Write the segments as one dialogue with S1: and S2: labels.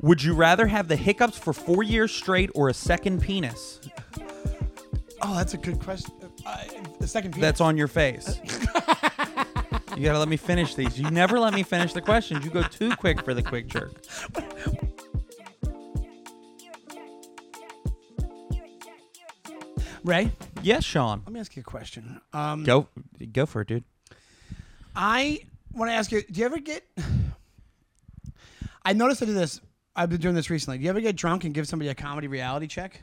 S1: Would you rather have the hiccups for four years straight or a second penis
S2: Oh, that's a good question. Uh, the second penis.
S1: that's on your face? you gotta let me finish these. You never let me finish the questions. You go too quick for the quick jerk.
S2: Ray.
S1: Yes, Sean.
S2: Let me ask you a question. Um,
S1: Go, go for it, dude.
S2: I want to ask you: Do you ever get? I noticed I do this. I've been doing this recently. Do you ever get drunk and give somebody a comedy reality check?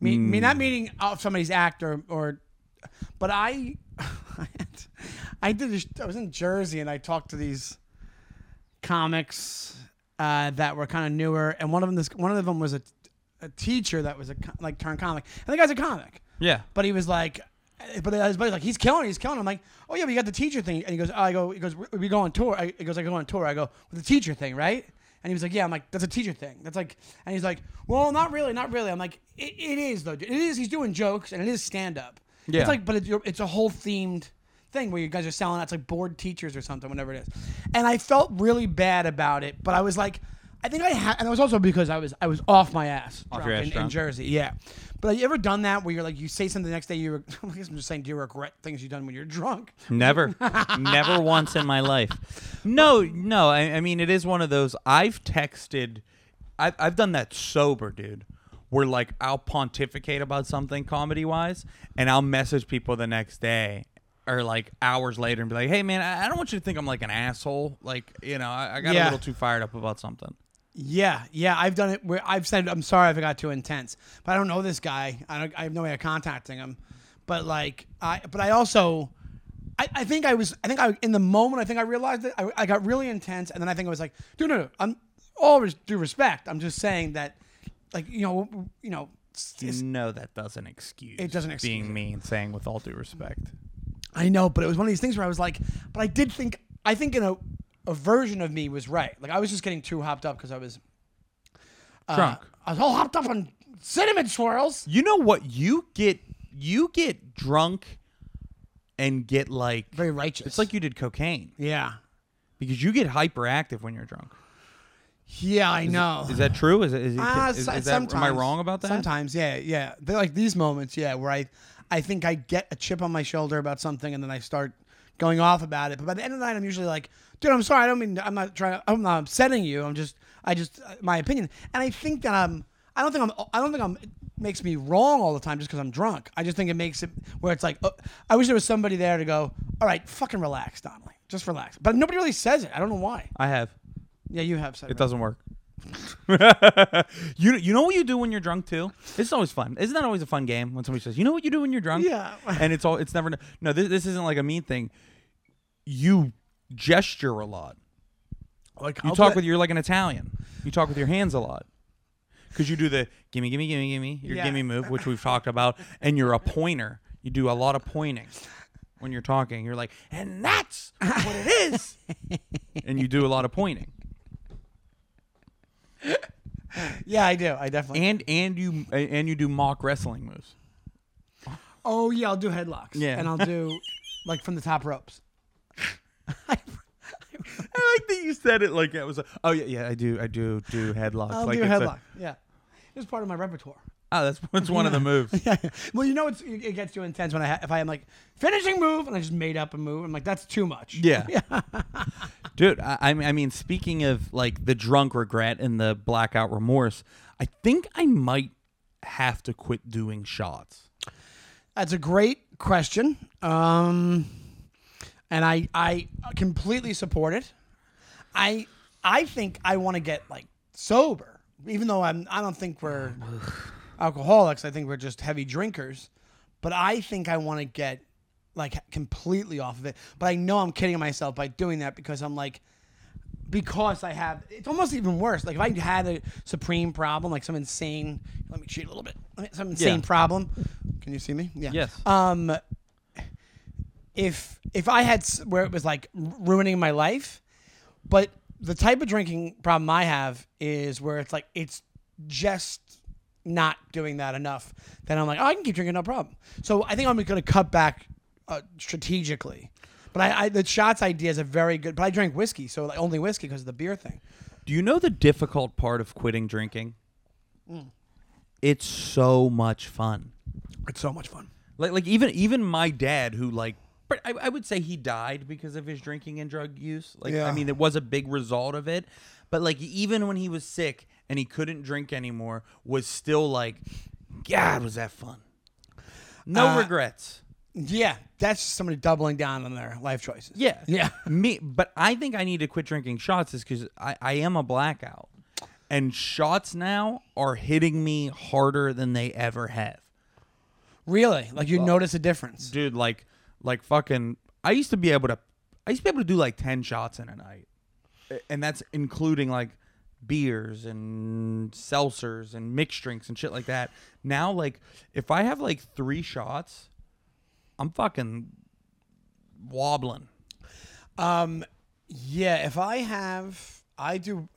S2: Me, me not meaning off somebody's act or, or but I, I did. this- I was in Jersey and I talked to these comics uh, that were kind of newer, and one of them, this one of them was a, a teacher that was a co- like turned comic, and the guy's a comic.
S1: Yeah.
S2: But he was like, but his buddy's like, he's killing, it, he's killing. it." I'm like, oh yeah, but you got the teacher thing. And he goes, oh, I go, he goes, we- we go on tour. I, he goes, I go on tour. I go with the teacher thing, right? And he was like, yeah. I'm like, that's a teacher thing. That's like, and he's like, well, not really, not really. I'm like, it, it is though. It is. He's doing jokes and it is stand up.
S1: Yeah.
S2: It's like, but it's your- it's a whole themed thing where you guys are selling out to like bored teachers or something, whatever it is. And I felt really bad about it, but I was like, I think I had, and it was also because I was I was off my ass,
S1: Off
S2: drunk
S1: your ass
S2: in, in
S1: drunk.
S2: Jersey, yeah. But have you ever done that where you're like you say something the next day you? Re- I guess I'm just saying, do you regret things you've done when you're drunk?
S1: Never, never once in my life. No, no. I, I mean, it is one of those. I've texted. I've, I've done that sober, dude. Where like I'll pontificate about something comedy wise, and I'll message people the next day or like hours later and be like, "Hey, man, I, I don't want you to think I'm like an asshole. Like, you know, I, I got a
S2: Yeah.
S1: little too fired up about something."
S2: Yeah, yeah, I've done it. Where I've said, I'm sorry if I got too intense, but I don't know this guy. I don't. I have no way of contacting him. But like, I. But I also, I, I think I was. I think I in the moment. I think I realized it. I, I got really intense, and then I think I was like, dude, no, no. I'm all res- due respect. I'm just saying that, like, you know, you know. s- s-
S1: no, that doesn't excuse.
S2: It doesn't excuse
S1: being
S2: it.
S1: mean, saying with all due respect.
S2: I know, but it was one of these things where I was like, but I did think, I think in a, a version of me was right. Like I was just getting too hopped up because I was uh,
S1: Drunk.
S2: I was all hopped up on cinnamon swirls.
S1: You know what? You get you get drunk and get like
S2: Very righteous.
S1: It's like you did cocaine
S2: yeah,
S1: because you get hyperactive when you're drunk.
S2: yeah, I know.
S1: Is that true? Is, is, is,
S2: Oh. Ah,
S1: is, is
S2: so-
S1: that am I
S2: sometimes-
S1: wrong about that?
S2: Sometimes, yeah, yeah. They're like these moments, yeah, where I, I think I get a chip on my shoulder about something, and then I start going off about it. But by the end of the night, I'm usually like, dude, I'm sorry. I don't mean. I'm not trying. to- I'm not upsetting you. I'm just. I just uh, my opinion, and I think that I'm. I don't think I'm. I don't think I'm. It makes me wrong all the time just because I'm drunk. I just think it makes it where it's like. oh, I wish there was somebody there to go. All right, fucking relax, Donnelly. Just relax. But nobody really says it. I don't know why.
S1: I have.
S2: Yeah, you have said it.
S1: It doesn't work. you you know what you do when you're drunk too. This is always fun. Isn't that always a fun game when somebody says, "You know what you do when you're drunk?"
S2: Yeah.
S1: and it's all it's never. No, this, this isn't like a mean thing. You gesture a lot.
S2: Like,
S1: You talk with you're like an Italian. You talk with your hands a lot. Cause you do the gimme, gimme, gimme, gimme, your
S2: Yeah.
S1: gimme move, which we've talked about, and you're a pointer. You do a lot of pointing when you're talking. You're like, and that's what it is. and you do a lot of pointing.
S2: Yeah, I do. I definitely.
S1: And and you and you do mock wrestling moves.
S2: Oh yeah, I'll do headlocks.
S1: Yeah.
S2: and I'll do like from the top ropes.
S1: I like that you said it like it was a, oh yeah, yeah, I do I do do headlocks.
S2: I'll
S1: like
S2: do
S1: it's a-
S2: headlock. yeah, it's part of my repertoire.
S1: oh, that's that's one of the moves.
S2: Yeah. Well, you know, it's it gets too intense when I ha- if I am like finishing move and I just made up a move. I'm like, that's too much.
S1: Yeah. Dude, I, I mean- I mean, speaking of like the drunk regret and the blackout remorse, I think I might have to quit doing shots.
S2: That's a great question. Um, and I I completely support it. I I think I want to get like sober, even though I'm I don't think we're alcoholics. I think we're just heavy drinkers. But I think I want to get like completely off of it. But I know I'm kidding myself by doing that because I'm like because I have it's almost even worse. Like if I had a supreme problem, like some insane let me cheat a little bit. let me- Some insane
S1: Yeah.
S2: problem. Can you see me? Yeah.
S1: Yes.
S2: Um if if I had s- where it was like r- ruining my life, but the type of drinking problem I have is where it's like it's just not doing that enough. Then I'm like, oh, I can keep drinking, no problem. So I think I'm going to cut back uh, strategically. But I, I the shots idea is a very good. But I drank whiskey, so like only whiskey because of the beer thing.
S1: Do you know the difficult part of quitting drinking? It's so much fun.
S2: It's so much fun.
S1: Like like even even my dad who like but I, I would say he died because of his drinking and drug use. Like I
S2: Yeah.
S1: mean it was a big result of it. But like even when he was sick and he couldn't drink anymore, was still like, God, was that fun? No
S2: Uh,
S1: regrets.
S2: Yeah, that's just somebody doubling down on their life choices.
S1: Yeah.
S2: Yeah.
S1: Me but I think I need to quit drinking shots is because I, I am a blackout. And shots now are hitting me harder than they ever have.
S2: Really? Like you notice a difference.
S1: Dude, like like fucking I used to be able to I used to be able to do like ten shots in a night. A- And that's including like beers and seltzers and mixed drinks and shit like that. Now like if I have like three shots, I'm fucking wobbling.
S2: Um, yeah, if I have, I do.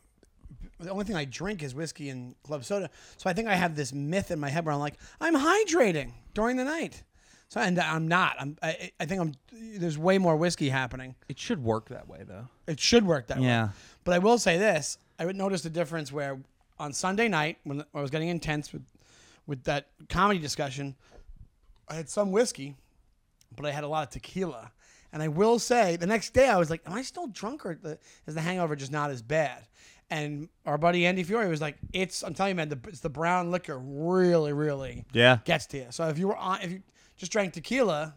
S2: The only thing I drink is whiskey and club soda. So I think I have this myth in my head where I'm like, I'm hydrating during the night. So and I'm not. I'm. I, I think I'm. There's way more whiskey happening.
S1: It should work that way though.
S2: It should work that way.
S1: Yeah.
S2: But I will say this: I would notice the difference where on Sunday night, when I was getting intense with with that comedy discussion, I had some whiskey, but I had a lot of tequila. And I will say, the next day I was like, "Am I still drunk, or the, is the hangover just not as bad?" And our buddy Andy Fiore was like, "It's I'm telling you, man, the, it's the brown liquor really, really
S1: Yeah.
S2: gets to you. So if you were on, if you just drank tequila,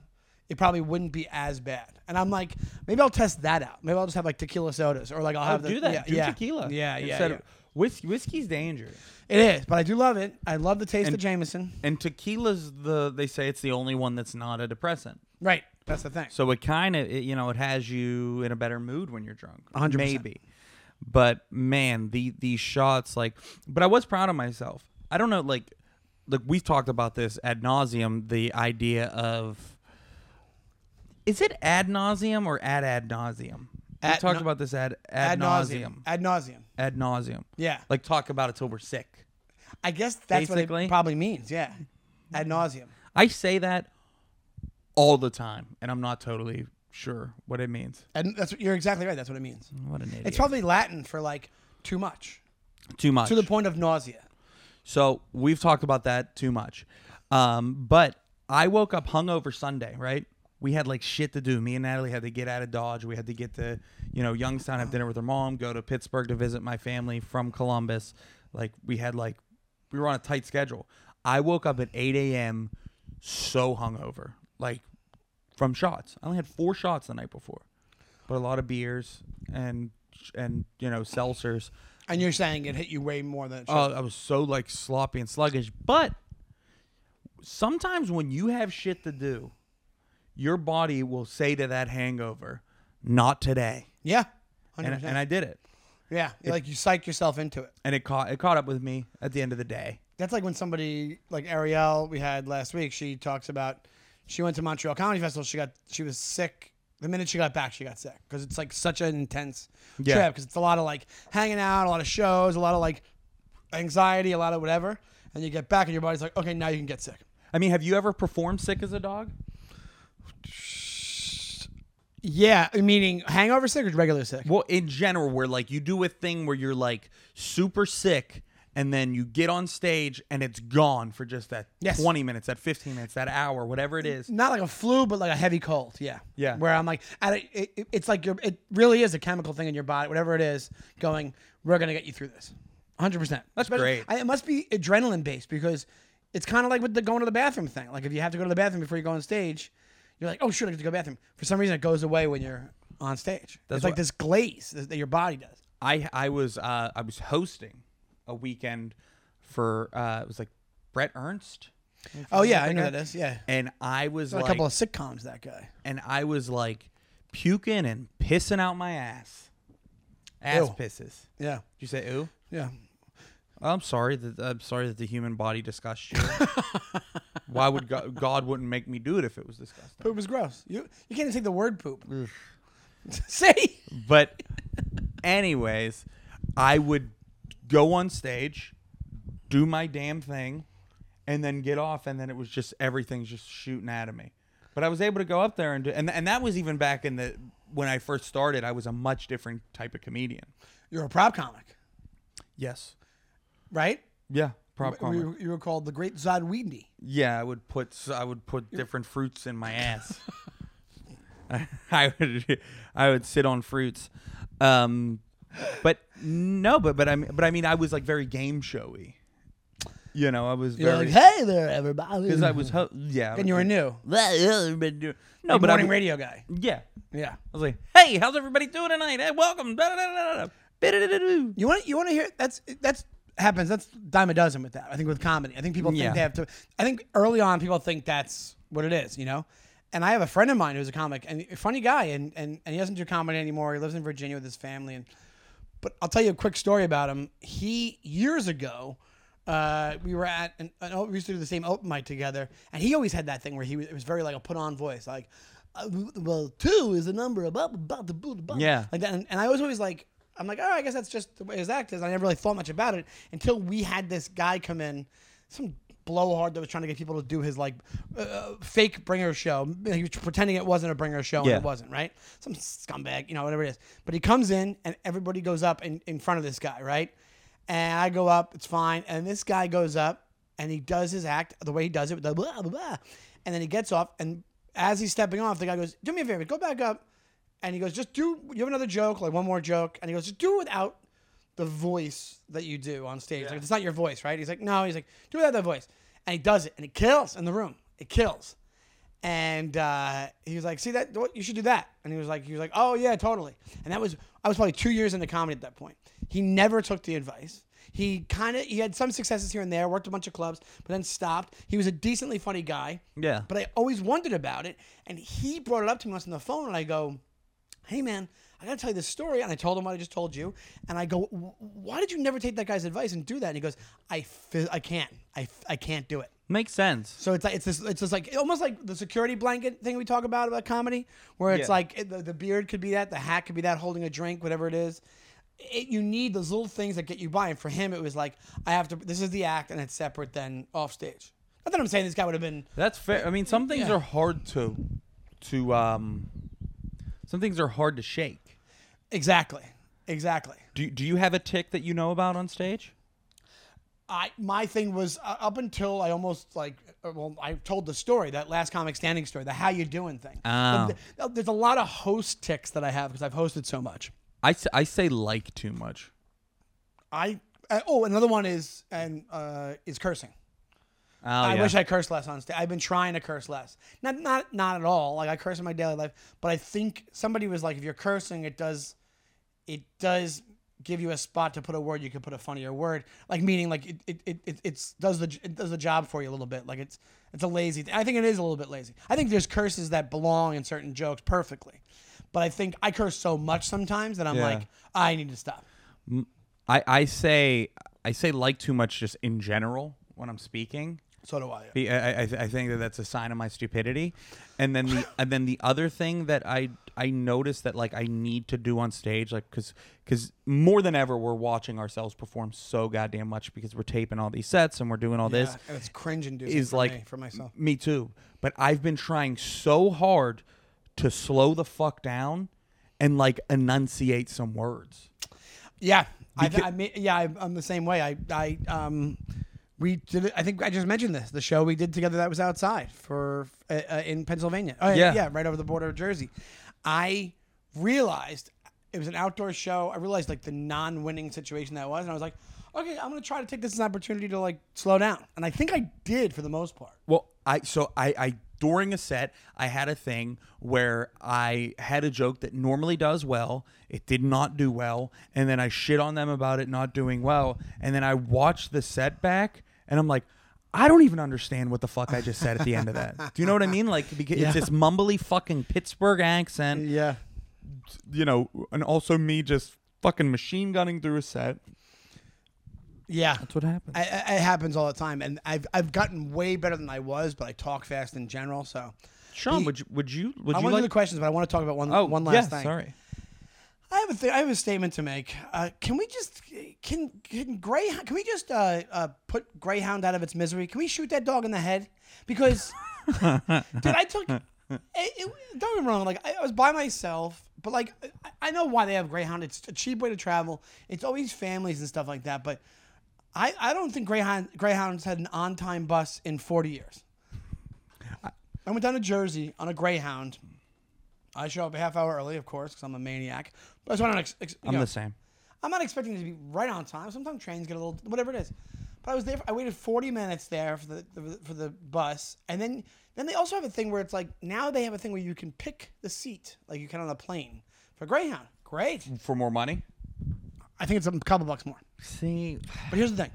S2: it probably wouldn't be as bad. And I'm like, maybe I'll test that out. Maybe I'll just have like tequila sodas, or like I'll
S1: I'll
S2: have the,
S1: do that.
S2: Yeah,
S1: do
S2: yeah.
S1: tequila.
S2: Yeah, yeah,
S1: Instead
S2: yeah.
S1: of- whis- whiskey's dangerous,
S2: It is, but I do love it. I love the taste of Jameson.
S1: and tequila's the they say it's the only one that's not a depressant.
S2: Right, that's the thing.
S1: So it kind of you know it has you in a better mood when you're drunk.
S2: 100%.
S1: maybe. But man, the these shots like. But I was proud of myself. I don't know like like we've talked about this ad nauseum. The idea of is it ad nauseum or ad ad nauseum? We
S2: Ad
S1: talked
S2: nau-
S1: about this ad ad
S2: Ad
S1: nauseum.
S2: nauseum. Ad nauseum.
S1: Ad nauseum.
S2: Yeah.
S1: Like talk about it till we're sick.
S2: I guess that's what
S1: Basically.
S2: it probably means. Yeah. Ad nauseum.
S1: I say that all the time, and I'm not totally sure what it means.
S2: And that's what, you're exactly right. That's what it means.
S1: What an idiot!
S2: It's probably Latin for like too much,
S1: too much.
S2: to the point of nausea.
S1: so we've talked about that too much. Um, but I woke up hungover Sunday, right? We had like shit to do. Me and Natalie had to get out of Dodge. We had to get to, you know, Youngstown, have dinner with her mom, go to Pittsburgh to visit my family from Columbus. Like we had like, we were on a tight schedule. I woke up at 8 a.m. so hungover, like from shots. I only had four shots the night before, but a lot of beers and and you know seltzers.
S2: And you're saying it hit you way more than it should.
S1: Oh, I was so like sloppy and sluggish. But sometimes when you have shit to do, your body will say to that hangover, "Not today,"
S2: yeah. 100%.
S1: and, and I did it,
S2: yeah. like you psych yourself into it.
S1: and it caught it caught up with me at the end of the day.
S2: that's like when somebody like Ariel we had last week. She talks about she went to Montreal Comedy Festival. She got she was sick. The minute she got back, she got sick because it's like such an intense
S1: Yeah.
S2: trip because it's a lot of like hanging out, a lot of shows, a lot of like anxiety, a lot of whatever. And you get back, and your body's like, okay, now you can get sick.
S1: I mean, have you ever performed sick as a dog?
S2: Yeah, meaning hangover sick or regular sick.
S1: Well, in general, where like you do a thing where you're like super sick. And then you get on stage and it's gone for just that
S2: Yes.
S1: 20 minutes, that 15 minutes, that hour, whatever it is.
S2: Not like a flu, but like a heavy cold. Yeah,
S1: Yeah.
S2: Where I'm like, at a, it, it- it's like your, it really is a chemical thing in your body, whatever it is, going, we're gonna get you through this, hundred percent. That's
S1: great.
S2: I, it must be adrenaline based because it's kind of like with the going to the bathroom thing. Like if you have to go to the bathroom before you go on stage, you're like, oh shoot, I have to go to the bathroom. For some reason, it goes away when you're on stage. it's like
S1: what-
S2: this glaze that that your body does.
S1: I I was uh, I was hosting a weekend for uh, it was like Brett Ernst.
S2: Oh yeah, I know that is. Yeah,
S1: And I was
S2: a
S1: like,
S2: couple of sitcoms that guy.
S1: and I was like puking and pissing out my ass. Ass
S2: Ew.
S1: pisses.
S2: Yeah,
S1: Did you say ooh?
S2: yeah.
S1: I'm sorry that I'm sorry that the human body disgusts you. Why would God, God wouldn't make me do it if it was disgusting?
S2: Poop was gross. You you can't even take the word poop. See.
S1: But anyways, I would go on stage, do my damn thing, and then get off, and then it was just everything's just shooting out of me. But I was able to go up there and do, and and that was even back in the when I first started. I was a much different type of comedian.
S2: You're a prop comic.
S1: Yes.
S2: right?
S1: Yeah. Prop
S2: We-
S1: comic.
S2: you were called the Great Zod Weendy.
S1: Yeah, I would put s- I would put different fruits in my ass. I would I would sit on fruits, um, but no, but but I mean, but I mean I was like very game showy. You know, I was
S2: You're
S1: very
S2: like, hey there, everybody.
S1: because I was ho- yeah.
S2: and you were new.
S1: no,
S2: Big
S1: but I
S2: morning
S1: was,
S2: radio guy.
S1: yeah.
S2: Yeah.
S1: I was like, hey, how's everybody doing tonight? Hey, welcome. Da, da, da, da, da. Ba-da-da-da-doo.
S2: You want you want to hear that's that's happens. That's dime a dozen with that. I think with comedy. I think people think
S1: Yeah.
S2: they have to. I think early on people think that's what it is. You know. And I have a friend of mine who's a comic and a funny guy, and, and, and he doesn't do comedy anymore. He lives in Virginia with his family, and but I'll tell you a quick story about him. He years ago, uh, we were at an, an open- we used to do the same open mic together, and he always had that thing where he was, it was very like a put on voice, like uh, well two is the number about about the blah, blah, blah,
S1: Yeah.
S2: like that. And, and I was always like, I'm like, oh, I guess that's just the way his act is. I never really thought much about it until we had this guy come in, some blowhard that was trying to get people to do his like uh, fake bringer show. He was pretending it wasn't a bringer show, and
S1: Yeah.
S2: it was wasn't, right? Some scumbag, you know, whatever it is. But he comes in and everybody goes up in, in front of this guy, right? And I go up, it's fine. And this guy goes up and he does his act the way he does it with the blah, blah, blah. And then he gets off. And as he's stepping off, the guy goes, Do me a favor, go back up. And he goes, Just do, you have another joke, like one more joke. And he goes, Just do it without the voice that you do on stage. Like, it's not your voice, right? He's like, No, he's like, Do it without that voice. And he does it and it kills in the room. It kills and uh, he was like, "See that? what- You should do that." And he was like, "He was like, oh yeah, totally." And that was I was probably two years into comedy at that point. He never took the advice. He kind of he had some successes here and there, worked a bunch of clubs, but then stopped. He was a decently funny guy.
S1: Yeah.
S2: But I always wondered about it, and he brought it up to me once on the phone, and I go, "Hey man." I gotta tell you this story, and I told him what I just told you, and I go, "W- "Why did you never take that guy's advice and do that?" And he goes, "I, fi- I can't, I, f- I can't do it."
S1: Makes sense.
S2: So it's like it's this it's just like almost like the security blanket thing we talk about about comedy, where it's
S1: Yeah.
S2: like it, the, the beard could be that, the hat could be that, holding a drink, whatever it is. It, you need those little things that get you by. And for him, it was like I have to. This is the act, and it's separate than off stage. Not that I'm saying this guy would have been.
S1: That's fair. I mean, some things
S2: Yeah.
S1: are hard to to um, some things are hard to shake.
S2: Exactly, exactly.
S1: Do Do you have a tick that you know about on stage?
S2: I my thing was uh, up until I almost like uh, well I told the story that last comic standing story the how you doing thing.
S1: Oh.
S2: The- the- There's a lot of host ticks that I have because I've hosted so much.
S1: I, s- I say like too much.
S2: I uh, oh another one is and uh, is cursing.
S1: Oh,
S2: I
S1: yeah.
S2: wish I cursed less on stage. I've been trying to curse less. Not not not at all. Like I curse in my daily life, but I think somebody was like, if you're cursing, it does, it does give you a spot to put a word. You could put a funnier word, like meaning like it it, it, it it's does the it does the job for you a little bit. Like it's it's a lazy. I think it is a little bit lazy. I think there's curses that belong in certain jokes perfectly, but I think I curse so much sometimes that I'm
S1: Yeah.
S2: like I need to stop.
S1: I, I say I say like too much just in general when I'm speaking.
S2: So do I.
S1: Be- I, I, I think that that's a sign of my stupidity. And then the and then the other thing that I I notice that like I need to do on stage, like because because more than ever we're watching ourselves perform so goddamn much because we're taping all these sets and we're doing all this.
S2: Yeah, it's cringe inducing
S1: is like
S2: me, for myself.
S1: Me too. But I've been trying so hard to slow the fuck down and like enunciate some words.
S2: Yeah, I, I mean, yeah, I, I'm the same way. I, I, um, we did. it- I think I just mentioned this. The show we did together that was outside for uh, uh, in Pennsylvania. Oh, yeah,
S1: Yeah.
S2: yeah, right over the border of Jersey. I realized it was an outdoor show. I realized like the non-winning situation that was, and I was like, okay, I'm gonna try to take this as an opportunity to like slow down. And I think I did for the most part.
S1: Well, I so I, I during a set I had a thing where I had a joke that normally does well, it did not do well, and then I shit on them about it not doing well, and then I watched the set back and I'm like, I don't even understand what the fuck I just said at the end of that. Do you know what I mean? Like because it's this mumbly fucking Pittsburgh accent.
S2: Yeah,
S1: you know, and also me just fucking machine gunning through a set.
S2: yeah.
S1: That's what happens.
S2: I, I, it happens all the time, and I've I've gotten way better than I was, but I talk fast in general. So
S1: Sean, would you would you would
S2: I
S1: you
S2: want to
S1: like
S2: do the questions, but I want to talk about one
S1: Oh,
S2: one last
S1: yeah,
S2: thing.
S1: Sorry.
S2: I have a th- I have a statement to make. Uh, can we just can can greyhound? Can we just uh, uh, put greyhound out of its misery? Can we shoot that dog in the head? Because dude, I took. It, it, don't get me wrong. Like I, I was by myself, But like, I- I know why they have Greyhound. It's a cheap way to travel. It's always families and stuff like that. But I, I don't think Greyhound Greyhounds had an on time bus in 40 years. I went down to Jersey on a Greyhound. I show up a half hour early, of course, because I'm a maniac. But so I don't ex- ex- you
S1: I'm
S2: know,
S1: the same.
S2: I'm not expecting it to be right on time. Sometimes trains get a little whatever it is. But I was there. I waited 40 minutes there for the, the for the bus, and then then they also have a thing where it's like now they have a thing where you can pick the seat like you can on a plane for Greyhound. Great.
S1: For more money?
S2: I think it's a couple bucks more.
S1: See,
S2: But here's the thing.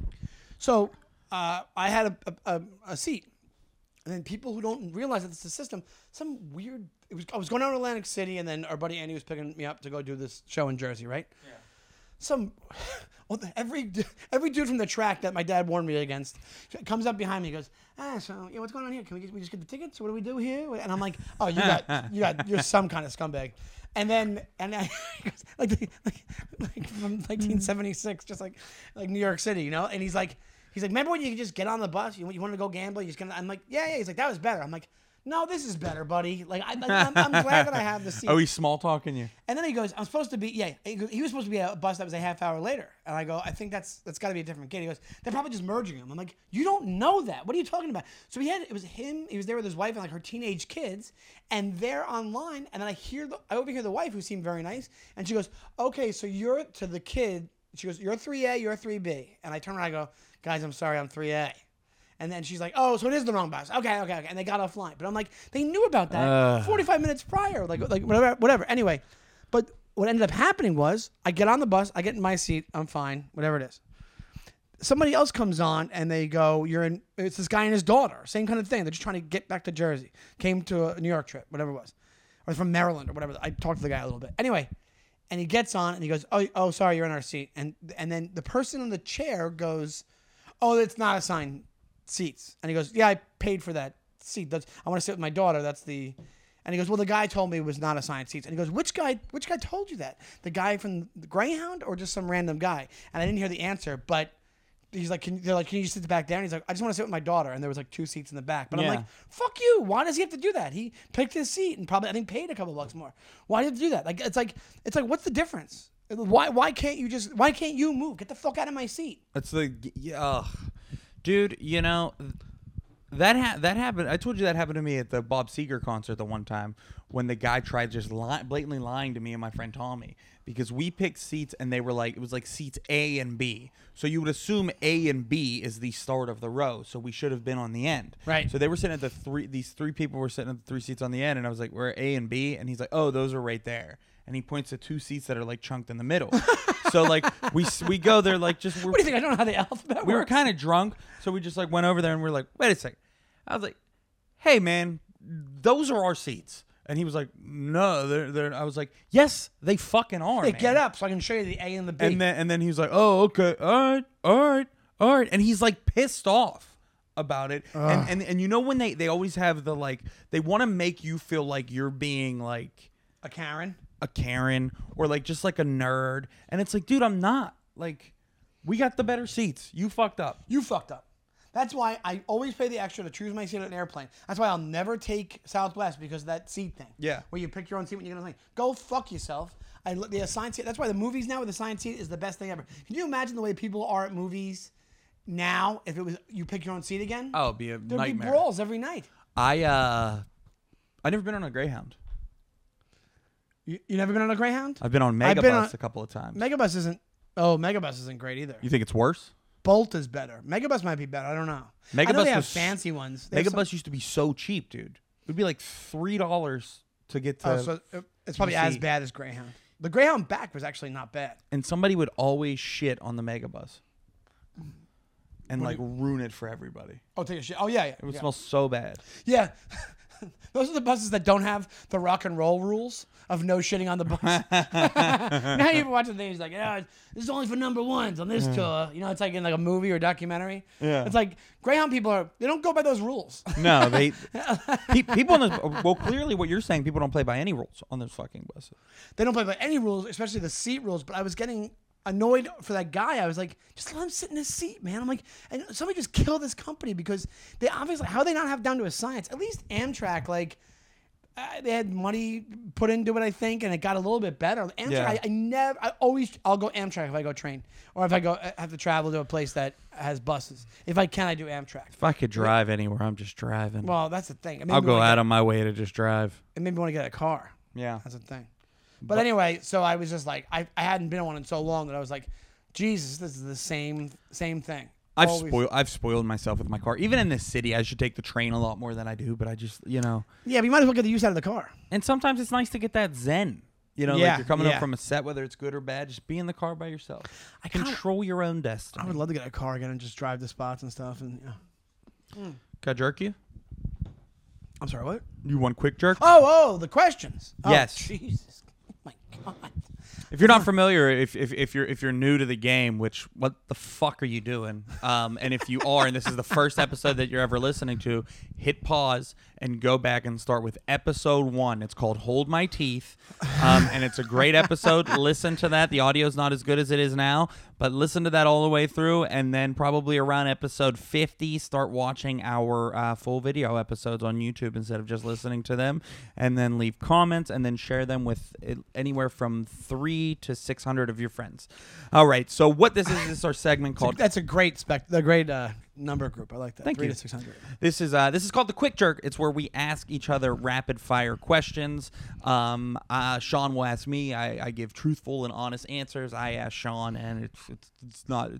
S2: So uh, I had a, a, a, a seat, and then people who don't realize that it's a system, some weird. It was I was going out to Atlantic City, and then our buddy Andy was picking me up to go do this show in Jersey, right? Yeah. Some well, the- every d- every dude from the track that my dad warned me against comes up behind me and goes, ah, so yeah, what's going on here? Can we just, we just get the tickets? What do we do here? And I'm like, oh, you got you got you're some kind of scumbag. And then and I like, the- like like from 1976, just like like New York City, you know. And he's like he's like, remember when you could just get on the bus? You you want to go gamble? You just gonna I'm like, yeah, yeah. He's like, that was better. I'm like. No, this is better, buddy. Like, I, like I'm, I'm glad that I have the seat.
S1: oh, he's small talking you.
S2: And then he goes, I'm supposed to be, yeah, he, goes, he was supposed to be at a bus that was a half hour later. And I go, I think that's that's got to be a different kid. He goes, they're probably just merging them. I'm like, you don't know that. What are you talking about? So he had, it was him, he was there with his wife and like her teenage kids, and they're online. And then I hear, the, I overhear the wife who seemed very nice, and she goes, okay, so you're to the kid, she goes, you're 3A, you're 3B. And I turn around, I go, guys, I'm sorry, I'm 3A. And then she's like, "Oh, so it is the wrong bus." Okay, okay, okay. And they got offline. But I'm like, they knew about that 45 minutes prior, like, like whatever, whatever. Anyway, but what ended up happening was, I get on the bus, I get in my seat, I'm fine, whatever it is. Somebody else comes on and they go, "You're in." It's this guy and his daughter, same kind of thing. They're just trying to get back to Jersey. Came to a New York trip, whatever it was, or from Maryland or whatever. I talked to the guy a little bit. Anyway, and he gets on and he goes, "Oh, oh, sorry, you're in our seat." And and then the person in the chair goes, "Oh, it's not assigned seats." And he goes, "Yeah, I paid for that seat. That's I want to sit with my daughter. That's the." And he goes, "Well, the guy told me it was not assigned seats." And he goes, "Which guy? Which guy told you that? The guy from the Greyhound or just some random guy?" And I didn't hear the answer, but. He's like, can, they're like, can you sit back there? And he's like, I just want to sit with my daughter. And there was like two seats in the back. But I'm
S1: Yeah.
S2: like, fuck you. Why does he have to do that? He picked his seat and probably I think paid a couple bucks more. Why did he do that? Like it's like it's like what's the difference? Why why can't you just why can't you move? Get the fuck out of my seat.
S1: That's the yeah, ugh. dude. You know that ha- that happened. I told you that happened to me at the Bob Seger concert the one time when the guy tried just li- blatantly lying to me and my friend Tommy because we picked seats and they were like it was like seats A and B. So you would assume A and B is the start of the row, so we should have been on the end.
S2: Right.
S1: So they were sitting at the three. These three people were sitting at the three seats on the end, and I was like, "We're A and B," and he's like, "Oh, those are right there." And he points to two seats that are like chunked in the middle. so like we s- we go there like just we're
S2: What do you think? I don't know how the alphabet
S1: we were
S2: works.
S1: kind of drunk, so we just like went over there and we are like, wait a second. I was like, hey man, those are our seats. And he was like, no, they're, they're. I was like, yes, they fucking are.
S2: Hey,
S1: man."
S2: get up so I can show you the A and the B.
S1: And then and then he was like, oh okay, all right, all right, all right. And he's like pissed off about it. And, and and you know when they they always have the like they want to make you feel like you're being like
S2: a Karen.
S1: a Karen or like just like a nerd. And it's like, dude, I'm not. Like, we got the better seats. You fucked up.
S2: You fucked up. That's why I always pay the extra to choose my seat at an airplane. That's why I'll never take Southwest because of that seat thing.
S1: Yeah.
S2: Where you pick your own seat when you're gonna plane. Go fuck yourself. I li- the assigned seat. That's why the movies now with the assigned seat is the best thing ever. Can you imagine the way people are at movies now if it was you pick your own seat again?
S1: Oh, it'd be a
S2: There'd
S1: nightmare.
S2: be brawls every night.
S1: I uh, I never been on a Greyhound.
S2: You, you never been on a Greyhound?
S1: I've been on
S2: I've
S1: Megabus
S2: been on-
S1: a couple of times.
S2: Megabus isn't. Oh, Megabus isn't great either.
S1: you think it's worse?
S2: Bolt is better. Megabus might be better. I don't know. I know
S1: Megabus
S2: they have
S1: was-
S2: fancy ones. They have
S1: Megabus used to be so cheap, dude. It would be like three dollars to get to,
S2: some- oh, so it- it's probably as
S1: see.
S2: bad as Greyhound. The Greyhound back was actually not bad.
S1: and somebody would always shit on the Megabus, and like ruin it for everybody.
S2: Oh, take a shit. Oh yeah, yeah.
S1: It would
S2: yeah.
S1: smell so bad.
S2: Yeah. Those are the buses that don't have the rock and roll rules of no shitting on the bus. now you're watching things like, yeah, this is only for number ones on this tour. You know, it's like in like a movie or documentary.
S1: Yeah.
S2: It's like Greyhound people are they don't go by those rules.
S1: No, they pe- people on this. Well, clearly, what you're saying, people don't play by any rules on those fucking buses.
S2: They don't play by any rules, especially the seat rules. But I was getting annoyed for that guy. I was like, just let him sit in his seat, man. I'm like, and somebody just kill this company because they obviously how they not have down to a science. At least Amtrak, like, uh, they had money put into it, I think, and it got a little bit better. Amtrak,
S1: Yeah.
S2: I, I never, I always, I'll go Amtrak if I go train or if I go I have to travel to a place that has buses. If I can, I do Amtrak.
S1: If I could drive anywhere, I'm just driving.
S2: Well, that's the thing. It made
S1: I'll
S2: me
S1: go
S2: wanna
S1: out
S2: get-
S1: of my way to just drive.
S2: It made me want to get a car.
S1: Yeah.
S2: That's the thing. But, anyway, so I was just like, I, I hadn't been on one in so long that I was like, Jesus, this is the same same thing.
S1: I've
S2: Always-
S1: spoiled I've spoiled myself with my car. Even in this city, I should take the train a lot more than I do, but I just, you know.
S2: Yeah, but you might as well get the use out of the car.
S1: And sometimes it's nice to get that zen. You know,
S2: Yeah,
S1: like you're coming
S2: yeah.
S1: up from a set, whether it's good or bad, just be in the car by yourself. I
S2: kinda-
S1: control your own
S2: I
S1: destiny.
S2: would love to get a car again and just drive the spots and stuff. And yeah.
S1: Can I jerk you?
S2: I'm sorry, what?
S1: You want quick jerk?
S2: Oh, oh, the questions. Oh,
S1: Yes.
S2: Jesus. Oh my God.
S1: If you're not familiar, if, if, if you're if you're new to the game, which what the fuck are you doing? Um, and if you are, and this is the first episode that you're ever listening to, hit pause and go back and start with episode one. It's called "Hold My Teeth," um, and it's a great episode. listen to that. The audio's not as good as it is now, but listen to that all the way through, and then probably around episode 50, start watching our uh, full video episodes on YouTube instead of just listening to them, and then leave comments and then share them with it- anywhere from three to 600 of your friends. All right. So what this is, this is our segment called
S2: That's a great spec, a great uh, number group. I like that.
S1: Thank
S2: Three
S1: you.
S2: to six hundred.
S1: This is uh, this is called the quick jerk. It's where we ask each other rapid fire questions. Um, uh, Sean will ask me. I, I give truthful and honest answers. I ask Sean, and it's it's, it's not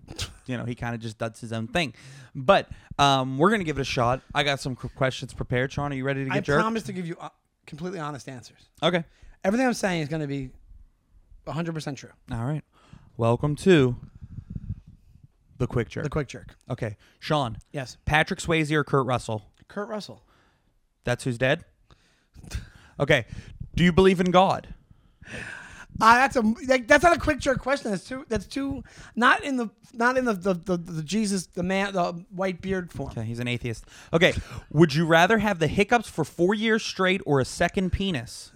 S1: you know he kind of just does his own thing. But um, we're gonna give it a shot. I got some qu- questions prepared. Sean, are you ready to get
S2: I
S1: jerked?
S2: promise to give you uh, completely honest answers.
S1: Okay.
S2: Everything I'm saying is going to be 100 percent true.
S1: All right. Welcome to the quick jerk.
S2: The quick jerk.
S1: okay, Sean.
S2: Yes.
S1: Patrick Swayze or Kurt Russell?
S2: Kurt Russell.
S1: That's who's dead. Okay. Do you believe in God?
S2: Ah, that's a like, that's not a quick jerk question. That's too that's too not in the not in the the, the, the Jesus the man the white beard form.
S1: Okay, he's an atheist. Okay, would you rather have the hiccups for four years straight or a second penis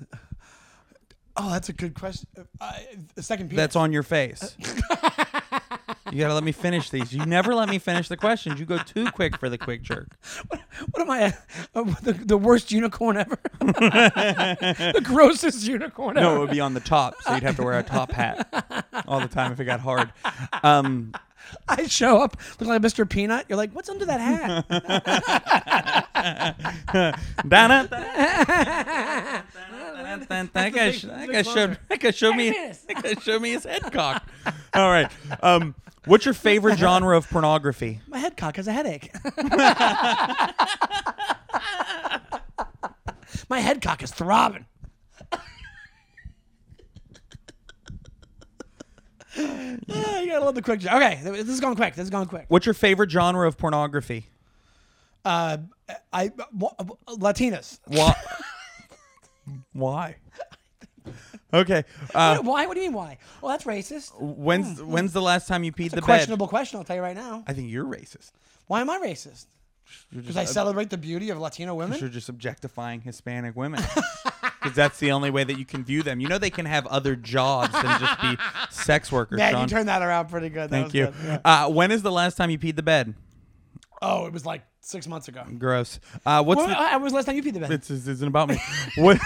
S2: Oh, that's a good question. Uh, a second piece.
S1: that's on your face? you gotta let me finish these. You never let me finish the questions. You go too quick for the quick jerk.
S2: What am I? Uh, the, the worst unicorn ever. the grossest unicorn ever.
S1: No, uh, it would be on the top, so you'd have to wear a top hat all the time if it got hard. Um,
S2: I show up look like Mr. Peanut. You're like, what's under that hat?
S1: Donna. That guy, sh- that guy showed, that guy showed me, that guy showed me his head cock. All right. Um, what's your favorite genre of pornography?
S2: My head cock has a headache. My head cock is throbbing. Ah, you gotta love the quick. jo- Okay, this is going quick. This is going quick.
S1: What's your favorite genre of pornography?
S2: Uh, I wa- Latinas.
S1: Why? Why? Okay. Uh,
S2: why? What do you mean? Why? Well, that's racist.
S1: when's when's the last time you peed the bed?
S2: Hmm. Questionable question. I'll tell you right now.
S1: I think you're racist.
S2: Why am I racist?
S1: You're
S2: Because
S1: just, uh,
S2: I celebrate the beauty of Latino women.
S1: you're just objectifying Hispanic women. Because that's the only way that you can view them. You know they can have other jobs than just be sex workers,
S2: Man,
S1: Sean.
S2: you turned that around pretty good.
S1: Thank
S2: That was
S1: you.
S2: good. Yeah.
S1: Uh, when is the last time you peed the bed?
S2: Oh, it was like six months ago.
S1: Gross. Uh, what's
S2: Well,
S1: the,
S2: I I was last time you peed the bed.
S1: this is- isn't about me. What,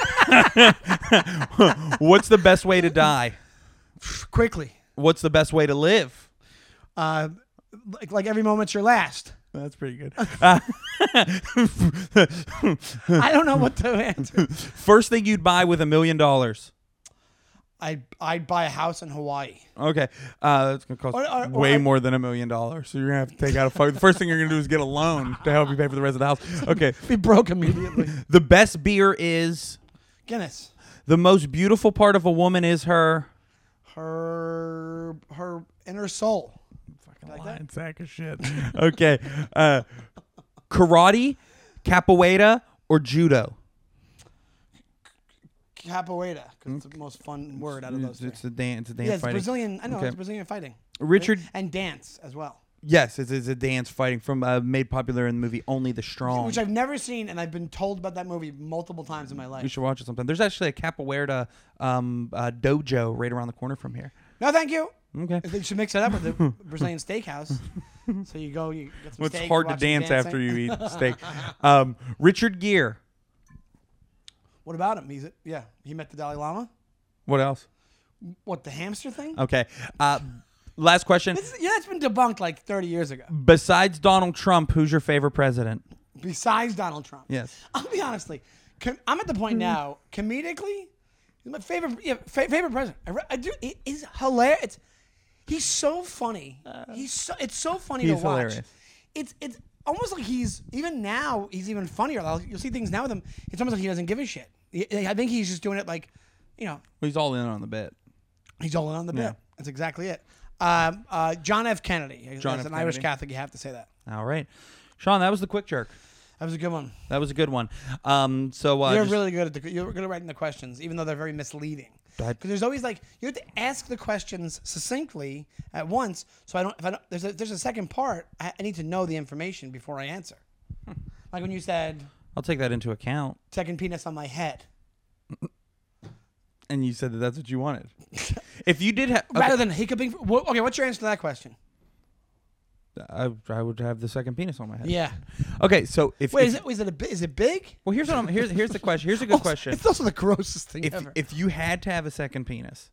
S1: what's the best way to die?
S2: Quickly,
S1: What's the best way to live?
S2: uh, like, like every moment's your last.
S1: That's pretty good. Uh,
S2: I don't know what to answer.
S1: first thing you'd buy with a million dollars.
S2: I I'd buy a house in Hawaii.
S1: Okay, uh, it's gonna cost
S2: Or- or- or
S1: way
S2: I-
S1: more than a million dollars. So you're gonna have to take out a. Fu- the first thing you're gonna do is get a loan to help you pay for the rest of the house. Okay,
S2: Be broke immediately.
S1: the best beer is
S2: Guinness.
S1: the most beautiful part of a woman is her.
S2: Her her inner soul.
S1: Fucking
S2: Like that?
S1: lying sack of shit. okay, uh, karate, capoeira, or judo.
S2: Capoeira. 'cause it's the most fun word out of those.
S1: It's,
S2: Three.
S1: it's a dance. It's a dance
S2: Yeah, it's
S1: fighting.
S2: Brazilian. I know
S1: Okay.
S2: it's Brazilian fighting
S1: Richard.
S2: and dance as well,
S1: Yes, it's, it's a dance fighting from uh, made popular in the movie Only the Strong.
S2: which I've never seen, and I've been told about that movie multiple times in my
S1: We
S2: life.
S1: should watch it sometime. There's actually a capoeira um, uh, dojo right around the corner from here.
S2: No, thank you.
S1: Okay.
S2: They should mix it up with the Brazilian steakhouse. So you go, you get some
S1: It's
S2: steak,
S1: hard to
S2: watch some
S1: dance after
S2: dancing.
S1: you eat steak. Um, Richard Gere.
S2: What about him? He's a, yeah. He met the Dalai Lama.
S1: What else?
S2: What the hamster thing?
S1: Okay. Uh, last question.
S2: It's- yeah, it's been debunked like 30 years ago.
S1: Besides Donald Trump, who's your favorite president?
S2: Besides Donald Trump.
S1: Yes. Mm-hmm.
S2: I'll be honestly, com- I'm at the point now, comedically, he's my favorite yeah, fa- favorite president. I, re- I do. It is hilarious. It's, he's so funny. he's so. It's so funny
S1: Uh, he's
S2: to watch.
S1: hilarious.
S2: It's it's almost like he's even now he's even funnier. Like, You'll see things now with him. It's almost like he doesn't give a shit. He- I think he's just doing it like, you know,
S1: He's all in on the bit.
S2: He's all in on the
S1: Yeah.
S2: bit. That's exactly it. Um, uh, John F. Kennedy.
S1: John F.
S2: As an Irish
S1: Kennedy.
S2: Catholic, you have to say that.
S1: All right. Sean, that was the quick jerk.
S2: That was a good one.
S1: That was a good one. Um, so uh,
S2: You're
S1: just-
S2: really good at the. You're good at writing the questions, even though they're very misleading. Because
S1: That-
S2: there's always like you have to ask the questions succinctly at once. So I don't. If I don't, there's a, there's a second part. I, I need to know the information before I answer.
S1: Hmm.
S2: like when you said
S1: I'll take that into account.
S2: second penis on my head,
S1: And you said that that's what you wanted. if you did have,
S2: rather than hiccuping. wha- Okay, what's your answer to that question?
S1: I, I would have the second penis on my head.
S2: Yeah.
S1: Okay, so if,
S2: Wait,
S1: if-
S2: is it is it a bi- is it big?
S1: well, here's what I'm here's here's Oh, the question. Here's a good question.
S2: It's also the grossest thing
S1: if
S2: ever.
S1: if you had to have a second penis,